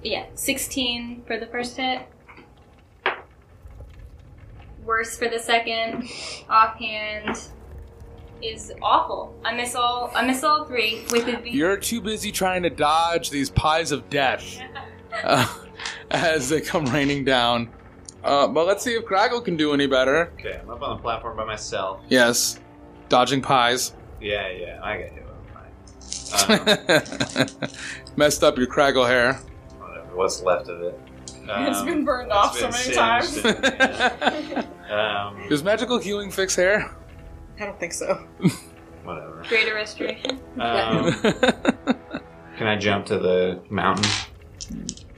Speaker 9: yeah, 16 for the first hit. Worse for the second. Offhand is awful. I miss all. I miss all three with it being
Speaker 6: You're too busy trying to dodge these pies of death uh, as they come raining down. Uh, but let's see if Craggle can do any better.
Speaker 5: Okay, I'm up on the platform by myself.
Speaker 6: Yes, dodging pies. [laughs]
Speaker 5: Yeah, yeah, I got hit. I'm
Speaker 6: Messed up your Craggle hair. [laughs]
Speaker 5: fine. Um, Whatever, what's left of it.
Speaker 2: it's
Speaker 5: Um,
Speaker 2: been burned
Speaker 5: it's
Speaker 2: off
Speaker 5: been
Speaker 2: so many
Speaker 5: singed
Speaker 2: times.
Speaker 5: and- yeah. [laughs] um,
Speaker 6: Does magical healing fix hair? [laughs]
Speaker 3: I don't think so.
Speaker 5: whatever.
Speaker 9: greater restoration.
Speaker 5: Um, can I jump to the mountain?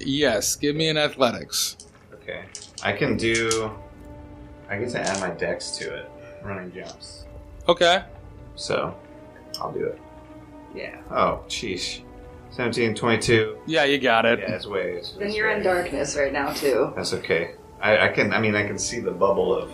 Speaker 6: Yes, give me an athletics.
Speaker 5: Okay. I can do. I get to add my dex to it. Running jumps.
Speaker 6: Okay.
Speaker 5: So, I'll do it. Yeah. Oh, sheesh. 17, 22.
Speaker 6: Yeah, you got it.
Speaker 5: Yeah, it's way. It's,
Speaker 4: Then you're in darkness right now too.
Speaker 5: that's okay. I, I can. I mean, I can see the bubble of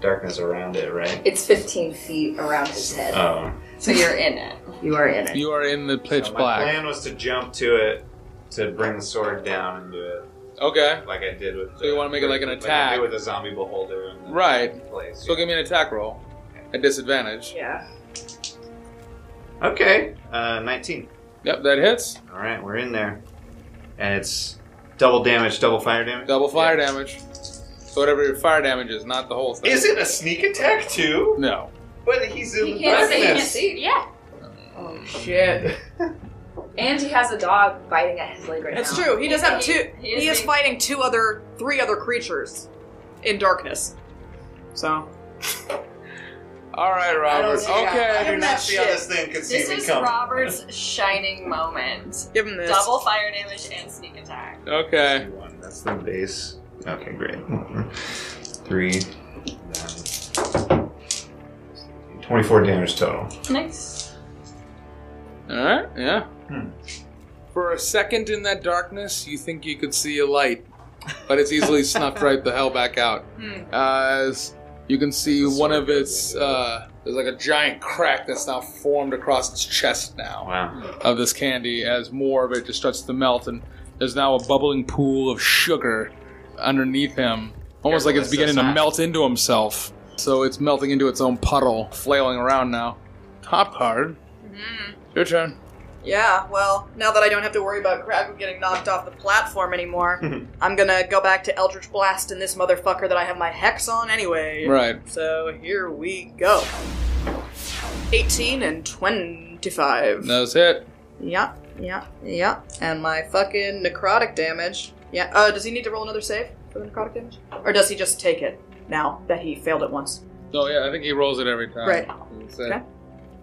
Speaker 5: darkness around it, right?
Speaker 4: It's 15 feet around his head.
Speaker 5: Oh.
Speaker 4: So you're in it. You are in it.
Speaker 6: You are in the pitch
Speaker 5: So my
Speaker 6: black.
Speaker 5: plan was to jump to it to bring the sword down into it,
Speaker 6: Okay.
Speaker 5: like I did with.
Speaker 6: So you
Speaker 5: the-
Speaker 6: wanna make it like an
Speaker 5: I did
Speaker 6: attack.
Speaker 5: with the zombie beholder. In the
Speaker 6: Right.
Speaker 5: Place.
Speaker 6: So give me an attack roll at disadvantage.
Speaker 4: Yeah.
Speaker 5: Okay. Uh, 19.
Speaker 6: Yep, that hits.
Speaker 5: All right, we're in there, and it's double damage, double fire damage.
Speaker 6: Double fire damage. So whatever your fire damage is, not the whole thing.
Speaker 5: Is it a sneak attack too?
Speaker 6: No.
Speaker 5: But he's in
Speaker 4: He can't see. He can't
Speaker 5: darkness.
Speaker 4: see.
Speaker 9: Yeah,
Speaker 3: Oh shit.
Speaker 4: And he has a dog biting at his leg right
Speaker 3: It's
Speaker 4: now.
Speaker 3: true. He does have
Speaker 2: He-
Speaker 3: two.
Speaker 2: he is
Speaker 3: He is
Speaker 2: being-
Speaker 3: fighting two other, three other creatures in darkness. So
Speaker 6: All right, Robert.
Speaker 4: see that.
Speaker 5: I
Speaker 6: Okay.
Speaker 5: do not see how this thing could see
Speaker 2: This
Speaker 5: me
Speaker 2: is
Speaker 5: coming.
Speaker 2: Robert's shining moment.
Speaker 3: give him this.
Speaker 2: Double fire damage and sneak attack.
Speaker 6: Okay.
Speaker 5: One, That's the base. Okay, great. [laughs] Three. nine, 24 damage total.
Speaker 2: Nice.
Speaker 6: All right. Yeah.
Speaker 5: Hmm.
Speaker 6: For a second in that darkness, you think you could see a light, but it's
Speaker 4: [laughs]
Speaker 6: easily snuffed right the hell back out.
Speaker 4: Hmm.
Speaker 6: As you can see, one of its uh, there's like a giant crack that's now formed across its chest now.
Speaker 5: Wow.
Speaker 6: of this candy as more of it just starts to melt, and there's now a bubbling pool of sugar underneath him, almost like it's
Speaker 5: Careful, it's
Speaker 6: beginning
Speaker 5: so
Speaker 6: to
Speaker 5: soft.
Speaker 6: melt into himself. So it's melting into its own puddle, flailing around now. Top card.
Speaker 3: Mm-hmm.
Speaker 6: Your turn.
Speaker 3: Yeah. Well, now that I don't have to worry about Craggle getting knocked off the platform anymore, I'm gonna go back to Eldritch Blast and this motherfucker that I have my hex on anyway.
Speaker 6: Right.
Speaker 3: So here we go. 18 and 25.
Speaker 6: That's it.
Speaker 3: Yeah, yeah, yeah. And my fucking necrotic damage. Yeah. Uh, does he need to roll another save for the necrotic damage? Or does he just take it now that he failed it once?
Speaker 6: No, yeah, I think he rolls it every time.
Speaker 3: Right.
Speaker 6: That's it.
Speaker 3: Okay.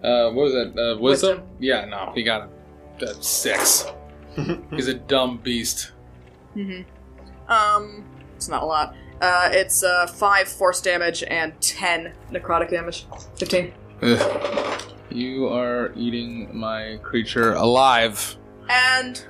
Speaker 6: Uh, what was that? Uh, wisdom?
Speaker 3: Wisdom.
Speaker 6: Yeah, no, he got a, a [laughs] six. He's a dumb beast.
Speaker 3: Um, it's not a lot. Uh, it's uh, 5 force damage and 10 necrotic damage. 15.
Speaker 6: Ugh. You are eating my creature alive.
Speaker 3: And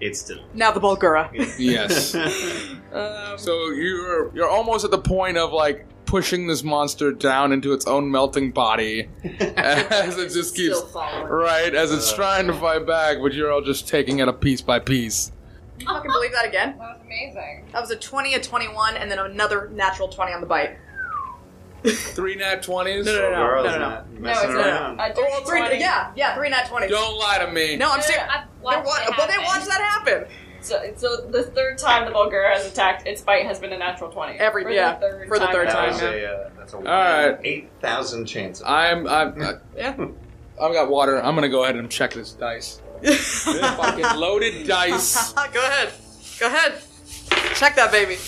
Speaker 11: It's still.
Speaker 3: now the Bulgura.
Speaker 10: [laughs]
Speaker 6: Yes.
Speaker 3: um,
Speaker 6: So you're you're almost at the point of like pushing this monster down into its own melting
Speaker 3: [laughs]
Speaker 6: body as it just keeps
Speaker 4: Still following.
Speaker 6: right as it's trying to fight back, but you're all just taking it a piece by piece.
Speaker 3: you fucking believe that again?
Speaker 2: That was amazing.
Speaker 3: That was a 20, a 21, and then another natural 20 on the bite.
Speaker 6: Three nat twenties.
Speaker 3: No, no, no,
Speaker 5: Girl's
Speaker 3: no, no. no.
Speaker 5: not messing
Speaker 2: no, it's
Speaker 5: around.
Speaker 2: A dirty
Speaker 3: Well, three,
Speaker 2: 20.
Speaker 3: yeah, yeah, three nat 20s.
Speaker 6: Don't lie to me.
Speaker 3: No, I'm serious.
Speaker 9: I've
Speaker 3: They're
Speaker 9: watched
Speaker 3: wa-
Speaker 9: it
Speaker 3: but they
Speaker 9: happen.
Speaker 3: watched that happen.
Speaker 2: So, so the third time the Bulgura has attacked, its bite has been a natural 20.
Speaker 3: Every-
Speaker 2: For
Speaker 3: yeah,
Speaker 2: the third
Speaker 3: for the
Speaker 2: time
Speaker 3: third
Speaker 2: now.
Speaker 5: That
Speaker 3: time.
Speaker 5: was a, uh, that's a All
Speaker 6: right.
Speaker 5: 8,000 chance.
Speaker 12: Uh,
Speaker 5: of-
Speaker 6: I'm I'm I,
Speaker 3: Yeah.
Speaker 6: I've got water. I'm gonna go ahead and check this
Speaker 3: [laughs]
Speaker 6: dice. This fucking loaded dice.
Speaker 3: Go ahead. Go ahead. Check that baby.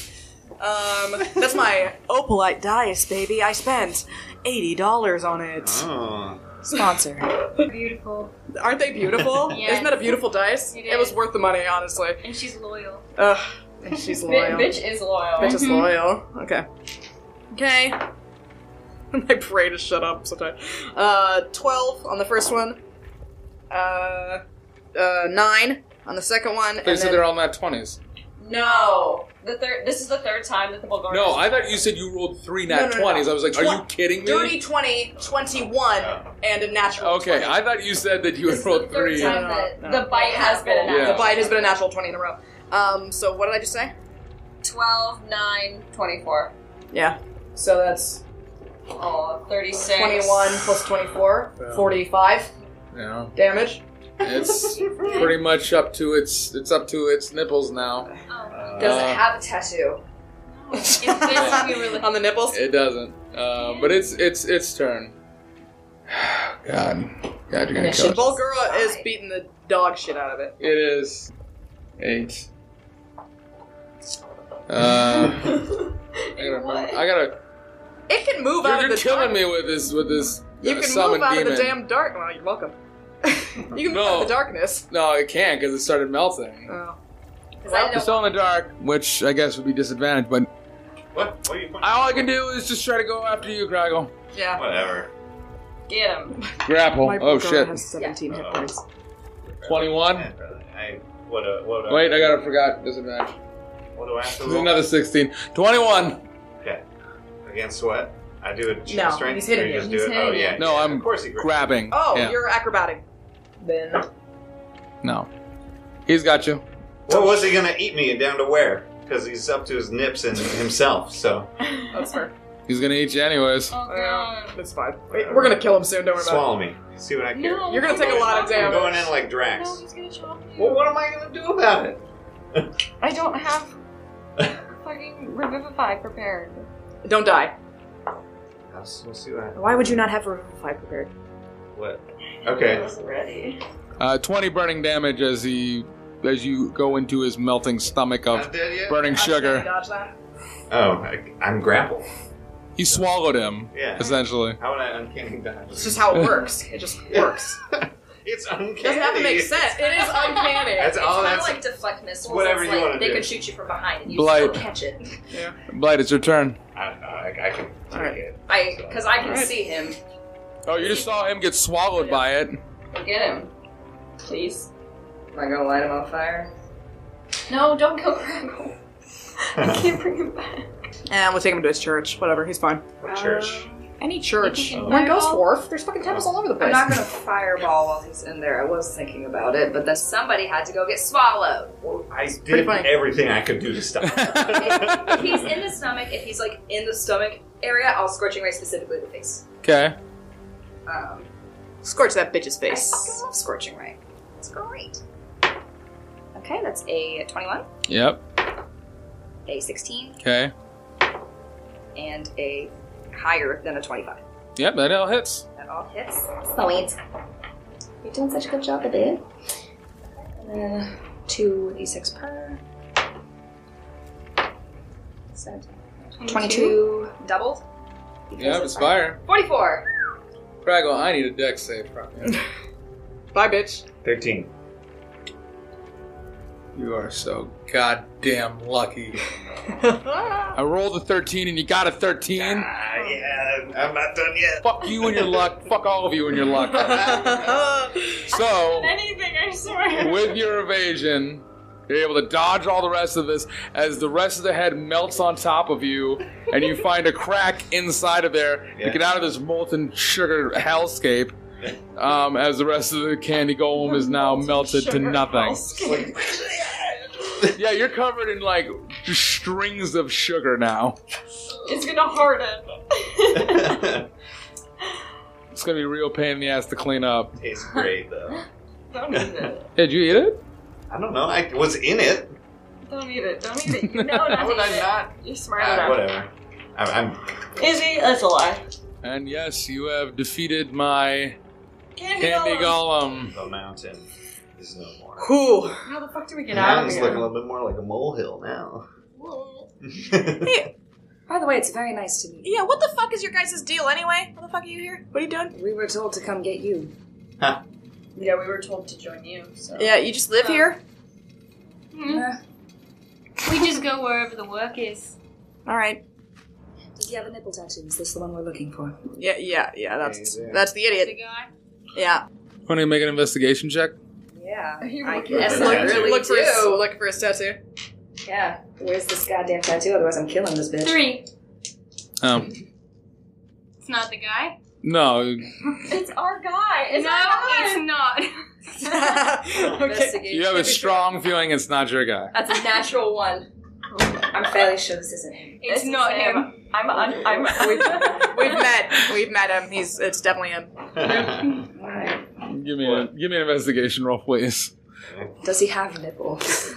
Speaker 3: Um, that's my opalite dice, baby. I spent eighty dollars on it.
Speaker 5: Oh.
Speaker 3: Sponsor.
Speaker 9: beautiful,
Speaker 3: Aren't they beautiful?
Speaker 9: Yes.
Speaker 3: Isn't that a beautiful dice?
Speaker 9: It
Speaker 3: It was
Speaker 9: is.
Speaker 3: worth the money, honestly.
Speaker 9: and she's loyal.
Speaker 3: Ugh. She's
Speaker 2: Bi-
Speaker 3: loyal.
Speaker 2: bitch is loyal.
Speaker 3: Bitch is loyal. Okay. Okay. [laughs] My brain is shut up sometimes. Uh, 12 on the first one. Uh, uh, 9 on the second one.
Speaker 6: They
Speaker 3: and
Speaker 6: said
Speaker 3: then-
Speaker 6: they're all nat twenties.
Speaker 2: No. The third. This is the third time that the Bulgarian.
Speaker 6: No, I thought you said you rolled three
Speaker 3: No,
Speaker 6: nat
Speaker 3: no, no,
Speaker 6: 20s.
Speaker 3: no.
Speaker 6: I was like, are you
Speaker 3: Twen-
Speaker 6: kidding me?
Speaker 3: Dirty 20, 21, and a natural
Speaker 6: Okay, I thought you said that you had rolled three.
Speaker 3: The bite has been a
Speaker 6: natural. Yeah.
Speaker 3: The bite has been a natural 20 in a row. Um, so what did I just say?
Speaker 2: 12, 9, 24.
Speaker 3: Yeah. So that's
Speaker 2: Oh, 36.
Speaker 3: 21 plus 24,
Speaker 6: Yeah.
Speaker 3: 45
Speaker 6: Yeah.
Speaker 3: damage. [laughs]
Speaker 6: It's pretty much up to its it's up to its nipples now.
Speaker 4: Doesn't
Speaker 6: Uh,
Speaker 4: have a tattoo.
Speaker 3: [laughs] on the nipples?
Speaker 6: It doesn't. Uh, but it's it's its turn. [sighs] God, God, you're gonna kill us.
Speaker 3: Bulgura is beating the dog shit out of it.
Speaker 6: It is eight. Uh, I gotta, remember- I gotta.
Speaker 3: It can move
Speaker 6: You're,
Speaker 3: out of
Speaker 6: you're
Speaker 3: the
Speaker 6: killing
Speaker 3: dark.
Speaker 6: me with this with this.
Speaker 3: You
Speaker 6: uh,
Speaker 3: can
Speaker 6: summon
Speaker 3: move out
Speaker 6: demon.
Speaker 3: of the damn dark. Well, you're welcome. [laughs] you can move out
Speaker 6: No.
Speaker 3: of the darkness.
Speaker 6: No, it can't because it started melting.
Speaker 3: Oh.
Speaker 6: Well, it's still in the dark, which I guess would be disadvantage. But
Speaker 12: What? What are you pointing
Speaker 6: all I can do is just try to go after you, Craggle.
Speaker 3: Yeah.
Speaker 12: Whatever.
Speaker 2: Get him.
Speaker 6: Grapple.
Speaker 3: My
Speaker 6: oh
Speaker 3: Bulgura
Speaker 6: shit. Oh.
Speaker 3: has 17 hit points.
Speaker 6: Twenty-one.
Speaker 12: I what? A, what? A,
Speaker 6: Wait, I got it. Forgot disadvantage.
Speaker 12: What do I have to roll?
Speaker 6: Another sixteen. Twenty-one.
Speaker 12: Okay. Against what? I do a
Speaker 3: No,
Speaker 12: strength.
Speaker 3: he's
Speaker 12: or
Speaker 3: hitting you.
Speaker 12: Just
Speaker 3: He's
Speaker 12: do it. Oh
Speaker 3: hitting
Speaker 12: yeah.
Speaker 6: No,
Speaker 12: yeah,
Speaker 6: I'm
Speaker 12: Of course he grabs.
Speaker 6: grabbing.
Speaker 3: Oh,
Speaker 6: Yeah.
Speaker 3: you're acrobatic. Then
Speaker 6: No. He's got you.
Speaker 12: What was he gonna eat me and down to where? Because he's up to his nips in himself. So
Speaker 3: that's fair.
Speaker 6: He's gonna eat you anyways.
Speaker 2: Oh, God.
Speaker 3: That's fine. Wait, we're gonna kill him soon. Don't worry
Speaker 12: swallow me. See what I can.
Speaker 2: No,
Speaker 3: You're gonna take a lot of
Speaker 12: I'm
Speaker 3: damage.
Speaker 12: going in like Drax.
Speaker 2: No, he's gonna chop you.
Speaker 12: Well, what am I gonna do about it?
Speaker 2: I don't have fucking Revivify prepared.
Speaker 3: about it. Don't die.
Speaker 12: I'll s- We'll see what. I-
Speaker 3: Why would you not have revivify prepared?
Speaker 12: What? Okay.
Speaker 2: wasn't ready.
Speaker 6: Uh, Twenty burning damage as he as you go into his melting stomach
Speaker 12: Not
Speaker 6: of
Speaker 12: dead yet?
Speaker 6: burning sugar.
Speaker 3: Dodge that.
Speaker 12: Oh, I, I'm grappled.
Speaker 6: He swallowed him.
Speaker 12: Yeah.
Speaker 6: Essentially.
Speaker 12: How would I uncanny dodge?
Speaker 3: It's just [laughs] how it works. It just works.
Speaker 12: [laughs] It's uncanny.
Speaker 3: It doesn't have to make sense. It [laughs] is uncanny.
Speaker 12: That's
Speaker 4: It's
Speaker 12: all.
Speaker 4: kind of
Speaker 12: That's
Speaker 4: like deflect missiles.
Speaker 12: whatever
Speaker 4: it's
Speaker 12: you
Speaker 4: like
Speaker 12: wanna
Speaker 4: they
Speaker 12: do.
Speaker 4: could shoot you from behind and you
Speaker 6: Blight.
Speaker 4: still catch it.
Speaker 6: Blight, it's your turn.
Speaker 12: I, I, I can take
Speaker 3: Alright.
Speaker 12: it.
Speaker 4: I because I can see him.
Speaker 6: Oh, you just saw him get swallowed by it.
Speaker 2: Go get him. Please.
Speaker 4: Am I gonna light him on fire?
Speaker 2: No, don't kill Craggle.
Speaker 12: [laughs]
Speaker 2: I can't bring him back.
Speaker 3: And we'll take him to his church. Whatever, he's fine.
Speaker 12: What church?
Speaker 3: Any church.
Speaker 2: Oh.
Speaker 3: One goes forth. There's fucking temples all over the
Speaker 4: I'm
Speaker 3: place.
Speaker 4: not gonna fireball while he's in there. I was thinking about it, but then somebody had to go get swallowed.
Speaker 12: Well, I
Speaker 3: pretty
Speaker 12: did
Speaker 3: funny.
Speaker 12: everything I could do to stop.
Speaker 4: If he's in the stomach, if he's like in the stomach area, I'll scorching ray specifically the face.
Speaker 6: Okay.
Speaker 4: Um,
Speaker 3: Scorch that bitch's
Speaker 4: I
Speaker 3: face.
Speaker 4: fucking love scorching ray. It's great. Okay, that's a 21,
Speaker 6: Yep.
Speaker 4: a 16,
Speaker 6: Okay.
Speaker 4: and a higher than a 25.
Speaker 6: Yep, that all hits.
Speaker 4: That all hits. Sweet. You're doing such a good job of it. And then two d6 per. Seven. 22 doubled.
Speaker 6: Yep, it's fire.
Speaker 4: 44.
Speaker 6: Craggle, I need a deck save from you.
Speaker 3: Bye, bitch.
Speaker 12: Thirteen.
Speaker 6: you are so goddamn
Speaker 2: [laughs]
Speaker 6: lucky. I rolled a 13 and you got a 13.
Speaker 12: Ah, yeah. I'm not done yet.
Speaker 6: Fuck you and your luck. Fuck all of you and your
Speaker 2: [laughs]
Speaker 6: luck. So,
Speaker 2: Anything, I swear.
Speaker 6: with your evasion, you're able to dodge all the rest of this as the rest of the head melts on top of you and you find a crack inside of there
Speaker 12: Yeah.
Speaker 6: to get out of this molten sugar hellscape. Um, as the rest of the candy golem is now melted to nothing. Yeah, you're covered in like just strings of sugar now.
Speaker 2: It's gonna harden. [laughs]
Speaker 6: It's gonna be a real pain in the ass to clean up.
Speaker 12: Tastes great
Speaker 3: [laughs]
Speaker 12: though.
Speaker 2: Don't eat it.
Speaker 6: Hey, Did you eat it?
Speaker 12: I don't know. I was in it.
Speaker 2: Don't eat it. Don't eat it. You
Speaker 6: [laughs]
Speaker 2: know not
Speaker 12: How would
Speaker 2: to
Speaker 12: I
Speaker 2: eat it.
Speaker 12: not?
Speaker 2: You're smart
Speaker 12: Ah,
Speaker 2: enough.
Speaker 12: whatever. I'm, I'm
Speaker 2: Izzy, that's a lie.
Speaker 6: And yes, you have defeated my
Speaker 2: Candy,
Speaker 6: candy
Speaker 2: golem.
Speaker 6: golem.
Speaker 12: the mountain. Is no more.
Speaker 3: Whew.
Speaker 2: How the fuck do we
Speaker 12: The
Speaker 2: get out of
Speaker 12: mountain's
Speaker 2: here?
Speaker 12: looking a little bit more like a molehill now. [laughs]
Speaker 4: By the way, it's very nice to meet
Speaker 3: Yeah, what the fuck is your guys' deal anyway? What the fuck are you here? What are you doing?
Speaker 4: you. We were told to come get you.
Speaker 2: Yeah, we were told to join you. So
Speaker 3: Yeah, you just live here?
Speaker 9: Hmm? We just go wherever the work is.
Speaker 3: Alright.
Speaker 4: Does he have a nipple tattoo? Is this the one we're looking for?
Speaker 3: Yeah, yeah, yeah, that's
Speaker 12: Yeah, yeah.
Speaker 3: that's the
Speaker 9: The
Speaker 3: idiot.
Speaker 9: guy.
Speaker 3: Yeah.
Speaker 6: Want to make an investigation check?
Speaker 4: Yeah.
Speaker 2: He
Speaker 4: I
Speaker 2: would-
Speaker 4: guess
Speaker 12: Look-
Speaker 4: I really
Speaker 3: look for his
Speaker 4: do.
Speaker 3: look for his tattoo.
Speaker 4: Yeah. Where's this goddamn tattoo? Otherwise, I'm killing this bitch.
Speaker 9: Three.
Speaker 6: Um,
Speaker 9: It's not the guy.
Speaker 6: no,
Speaker 2: It's our guy. It's
Speaker 9: no, it's not.
Speaker 3: [laughs]
Speaker 4: Investigation.
Speaker 6: you have a strong feeling it's not your guy.
Speaker 2: Uh,
Speaker 4: That's a natural one. I'm fairly sure this isn't him.
Speaker 9: It's not him.
Speaker 3: I'm.
Speaker 2: [laughs]
Speaker 3: Un- I'm. We've, we've met. We've met him. He's. It's definitely him.
Speaker 6: Give me a, give me an investigation roll, please.
Speaker 4: Does he have nipples?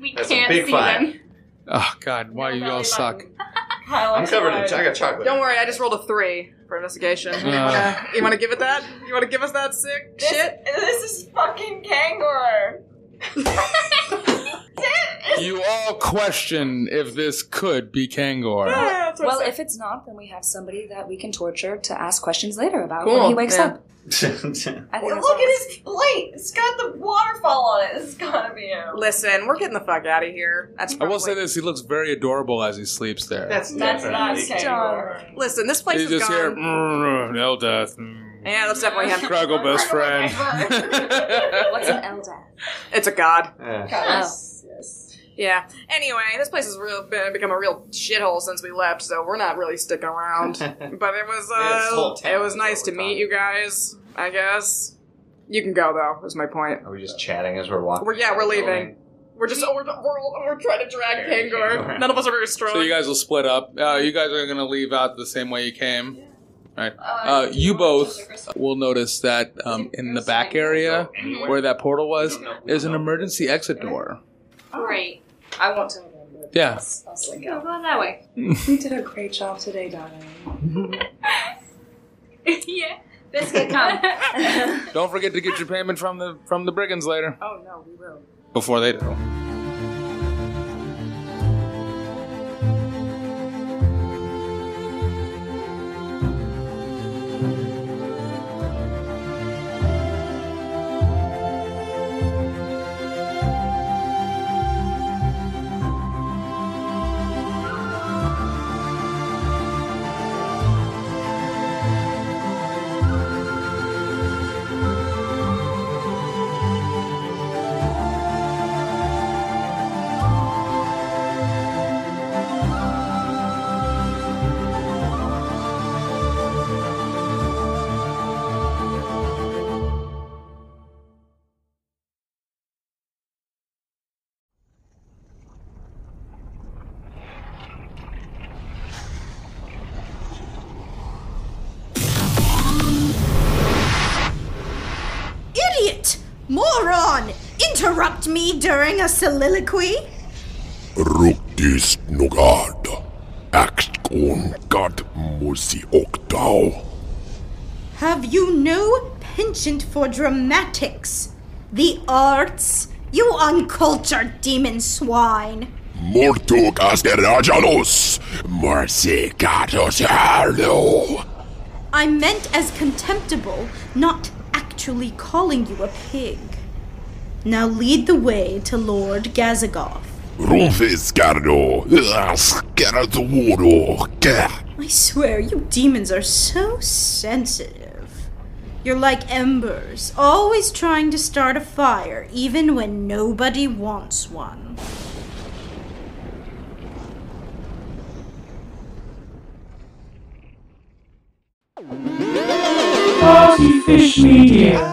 Speaker 9: we
Speaker 6: That's a
Speaker 9: can't
Speaker 6: big
Speaker 9: see
Speaker 6: five.
Speaker 9: him.
Speaker 6: Oh God, why you all suck?
Speaker 3: I'm
Speaker 6: covered in- I got chocolate.
Speaker 3: Don't worry. I just rolled a three for investigation. You
Speaker 6: Uh.
Speaker 3: wanna- you want to give it that? You want to give us that sick shit?
Speaker 2: This is fucking Kangor.
Speaker 6: You all question if this could be Kangor.
Speaker 4: Uh, well, if it's not, then we have somebody that we can torture to ask questions later about
Speaker 6: Cool,
Speaker 4: when he wakes
Speaker 6: yeah.
Speaker 4: up.
Speaker 10: [laughs]
Speaker 4: I think that's
Speaker 2: Look
Speaker 4: all.
Speaker 2: at his plate. It's got the waterfall on it. This has gotta be him.
Speaker 3: Listen, we're getting the fuck out of here. That's
Speaker 6: I will say this: he looks very adorable as he sleeps there.
Speaker 2: That's not Kangor.
Speaker 3: Listen, this place
Speaker 6: You
Speaker 3: is
Speaker 6: just
Speaker 3: gone.
Speaker 6: hear mm, mm, Eldeth,
Speaker 3: Yeah, that's definitely
Speaker 4: [laughs]
Speaker 3: him.
Speaker 6: Cruggle best friend.
Speaker 4: What's an elder?
Speaker 3: It's a god.
Speaker 12: Eh,
Speaker 4: Yes,
Speaker 3: Yeah. Anyway, this place has real been, become a real shithole since we left, so we're not really sticking
Speaker 4: [laughs]
Speaker 3: around. but it was
Speaker 4: Yeah, this whole
Speaker 3: uh,
Speaker 4: town
Speaker 3: it was nice to meet you guys. I guess you can go though. Is my point.
Speaker 13: Are we just chatting as we're walking?
Speaker 3: We're yeah, we're leaving. We're just oh, we're, we're, we're trying to
Speaker 6: [laughs]
Speaker 3: drag Kangor. None of us are very strong.
Speaker 6: So you guys will split up. Uh, you guys are going to leave out the same way you came. All right. Uh, you both will notice that um, in the back area where that portal was, there's an emergency exit door.
Speaker 9: Great.
Speaker 4: I want to remember.
Speaker 6: Yeah.
Speaker 4: this. I was like,
Speaker 9: Go
Speaker 4: oh,
Speaker 9: go that way.
Speaker 4: we did a great job today, darling.
Speaker 9: yeah. Biscuit come.
Speaker 6: Don't forget to get your payment from the from the brigands later.
Speaker 4: Oh no, we will.
Speaker 6: Before they do.
Speaker 7: Idiot! Moron! Interrupt me during a soliloquy?
Speaker 1: Ruktis nogad. Axt kon gad musi oktau.
Speaker 7: Have you no penchant for dramatics? The arts? You uncultured demon swine!
Speaker 1: Mortug asterajanus. Marsi katos harlo.
Speaker 7: I meant as contemptible, not actually calling you a pig. Now lead the way to Lord Gazagoth.
Speaker 1: Rumfis cardo. Scaratwuro.
Speaker 7: I swear, you demons are so sensitive. You're like embers, always trying to start a fire, even when nobody wants one.
Speaker 5: Party Fish Media.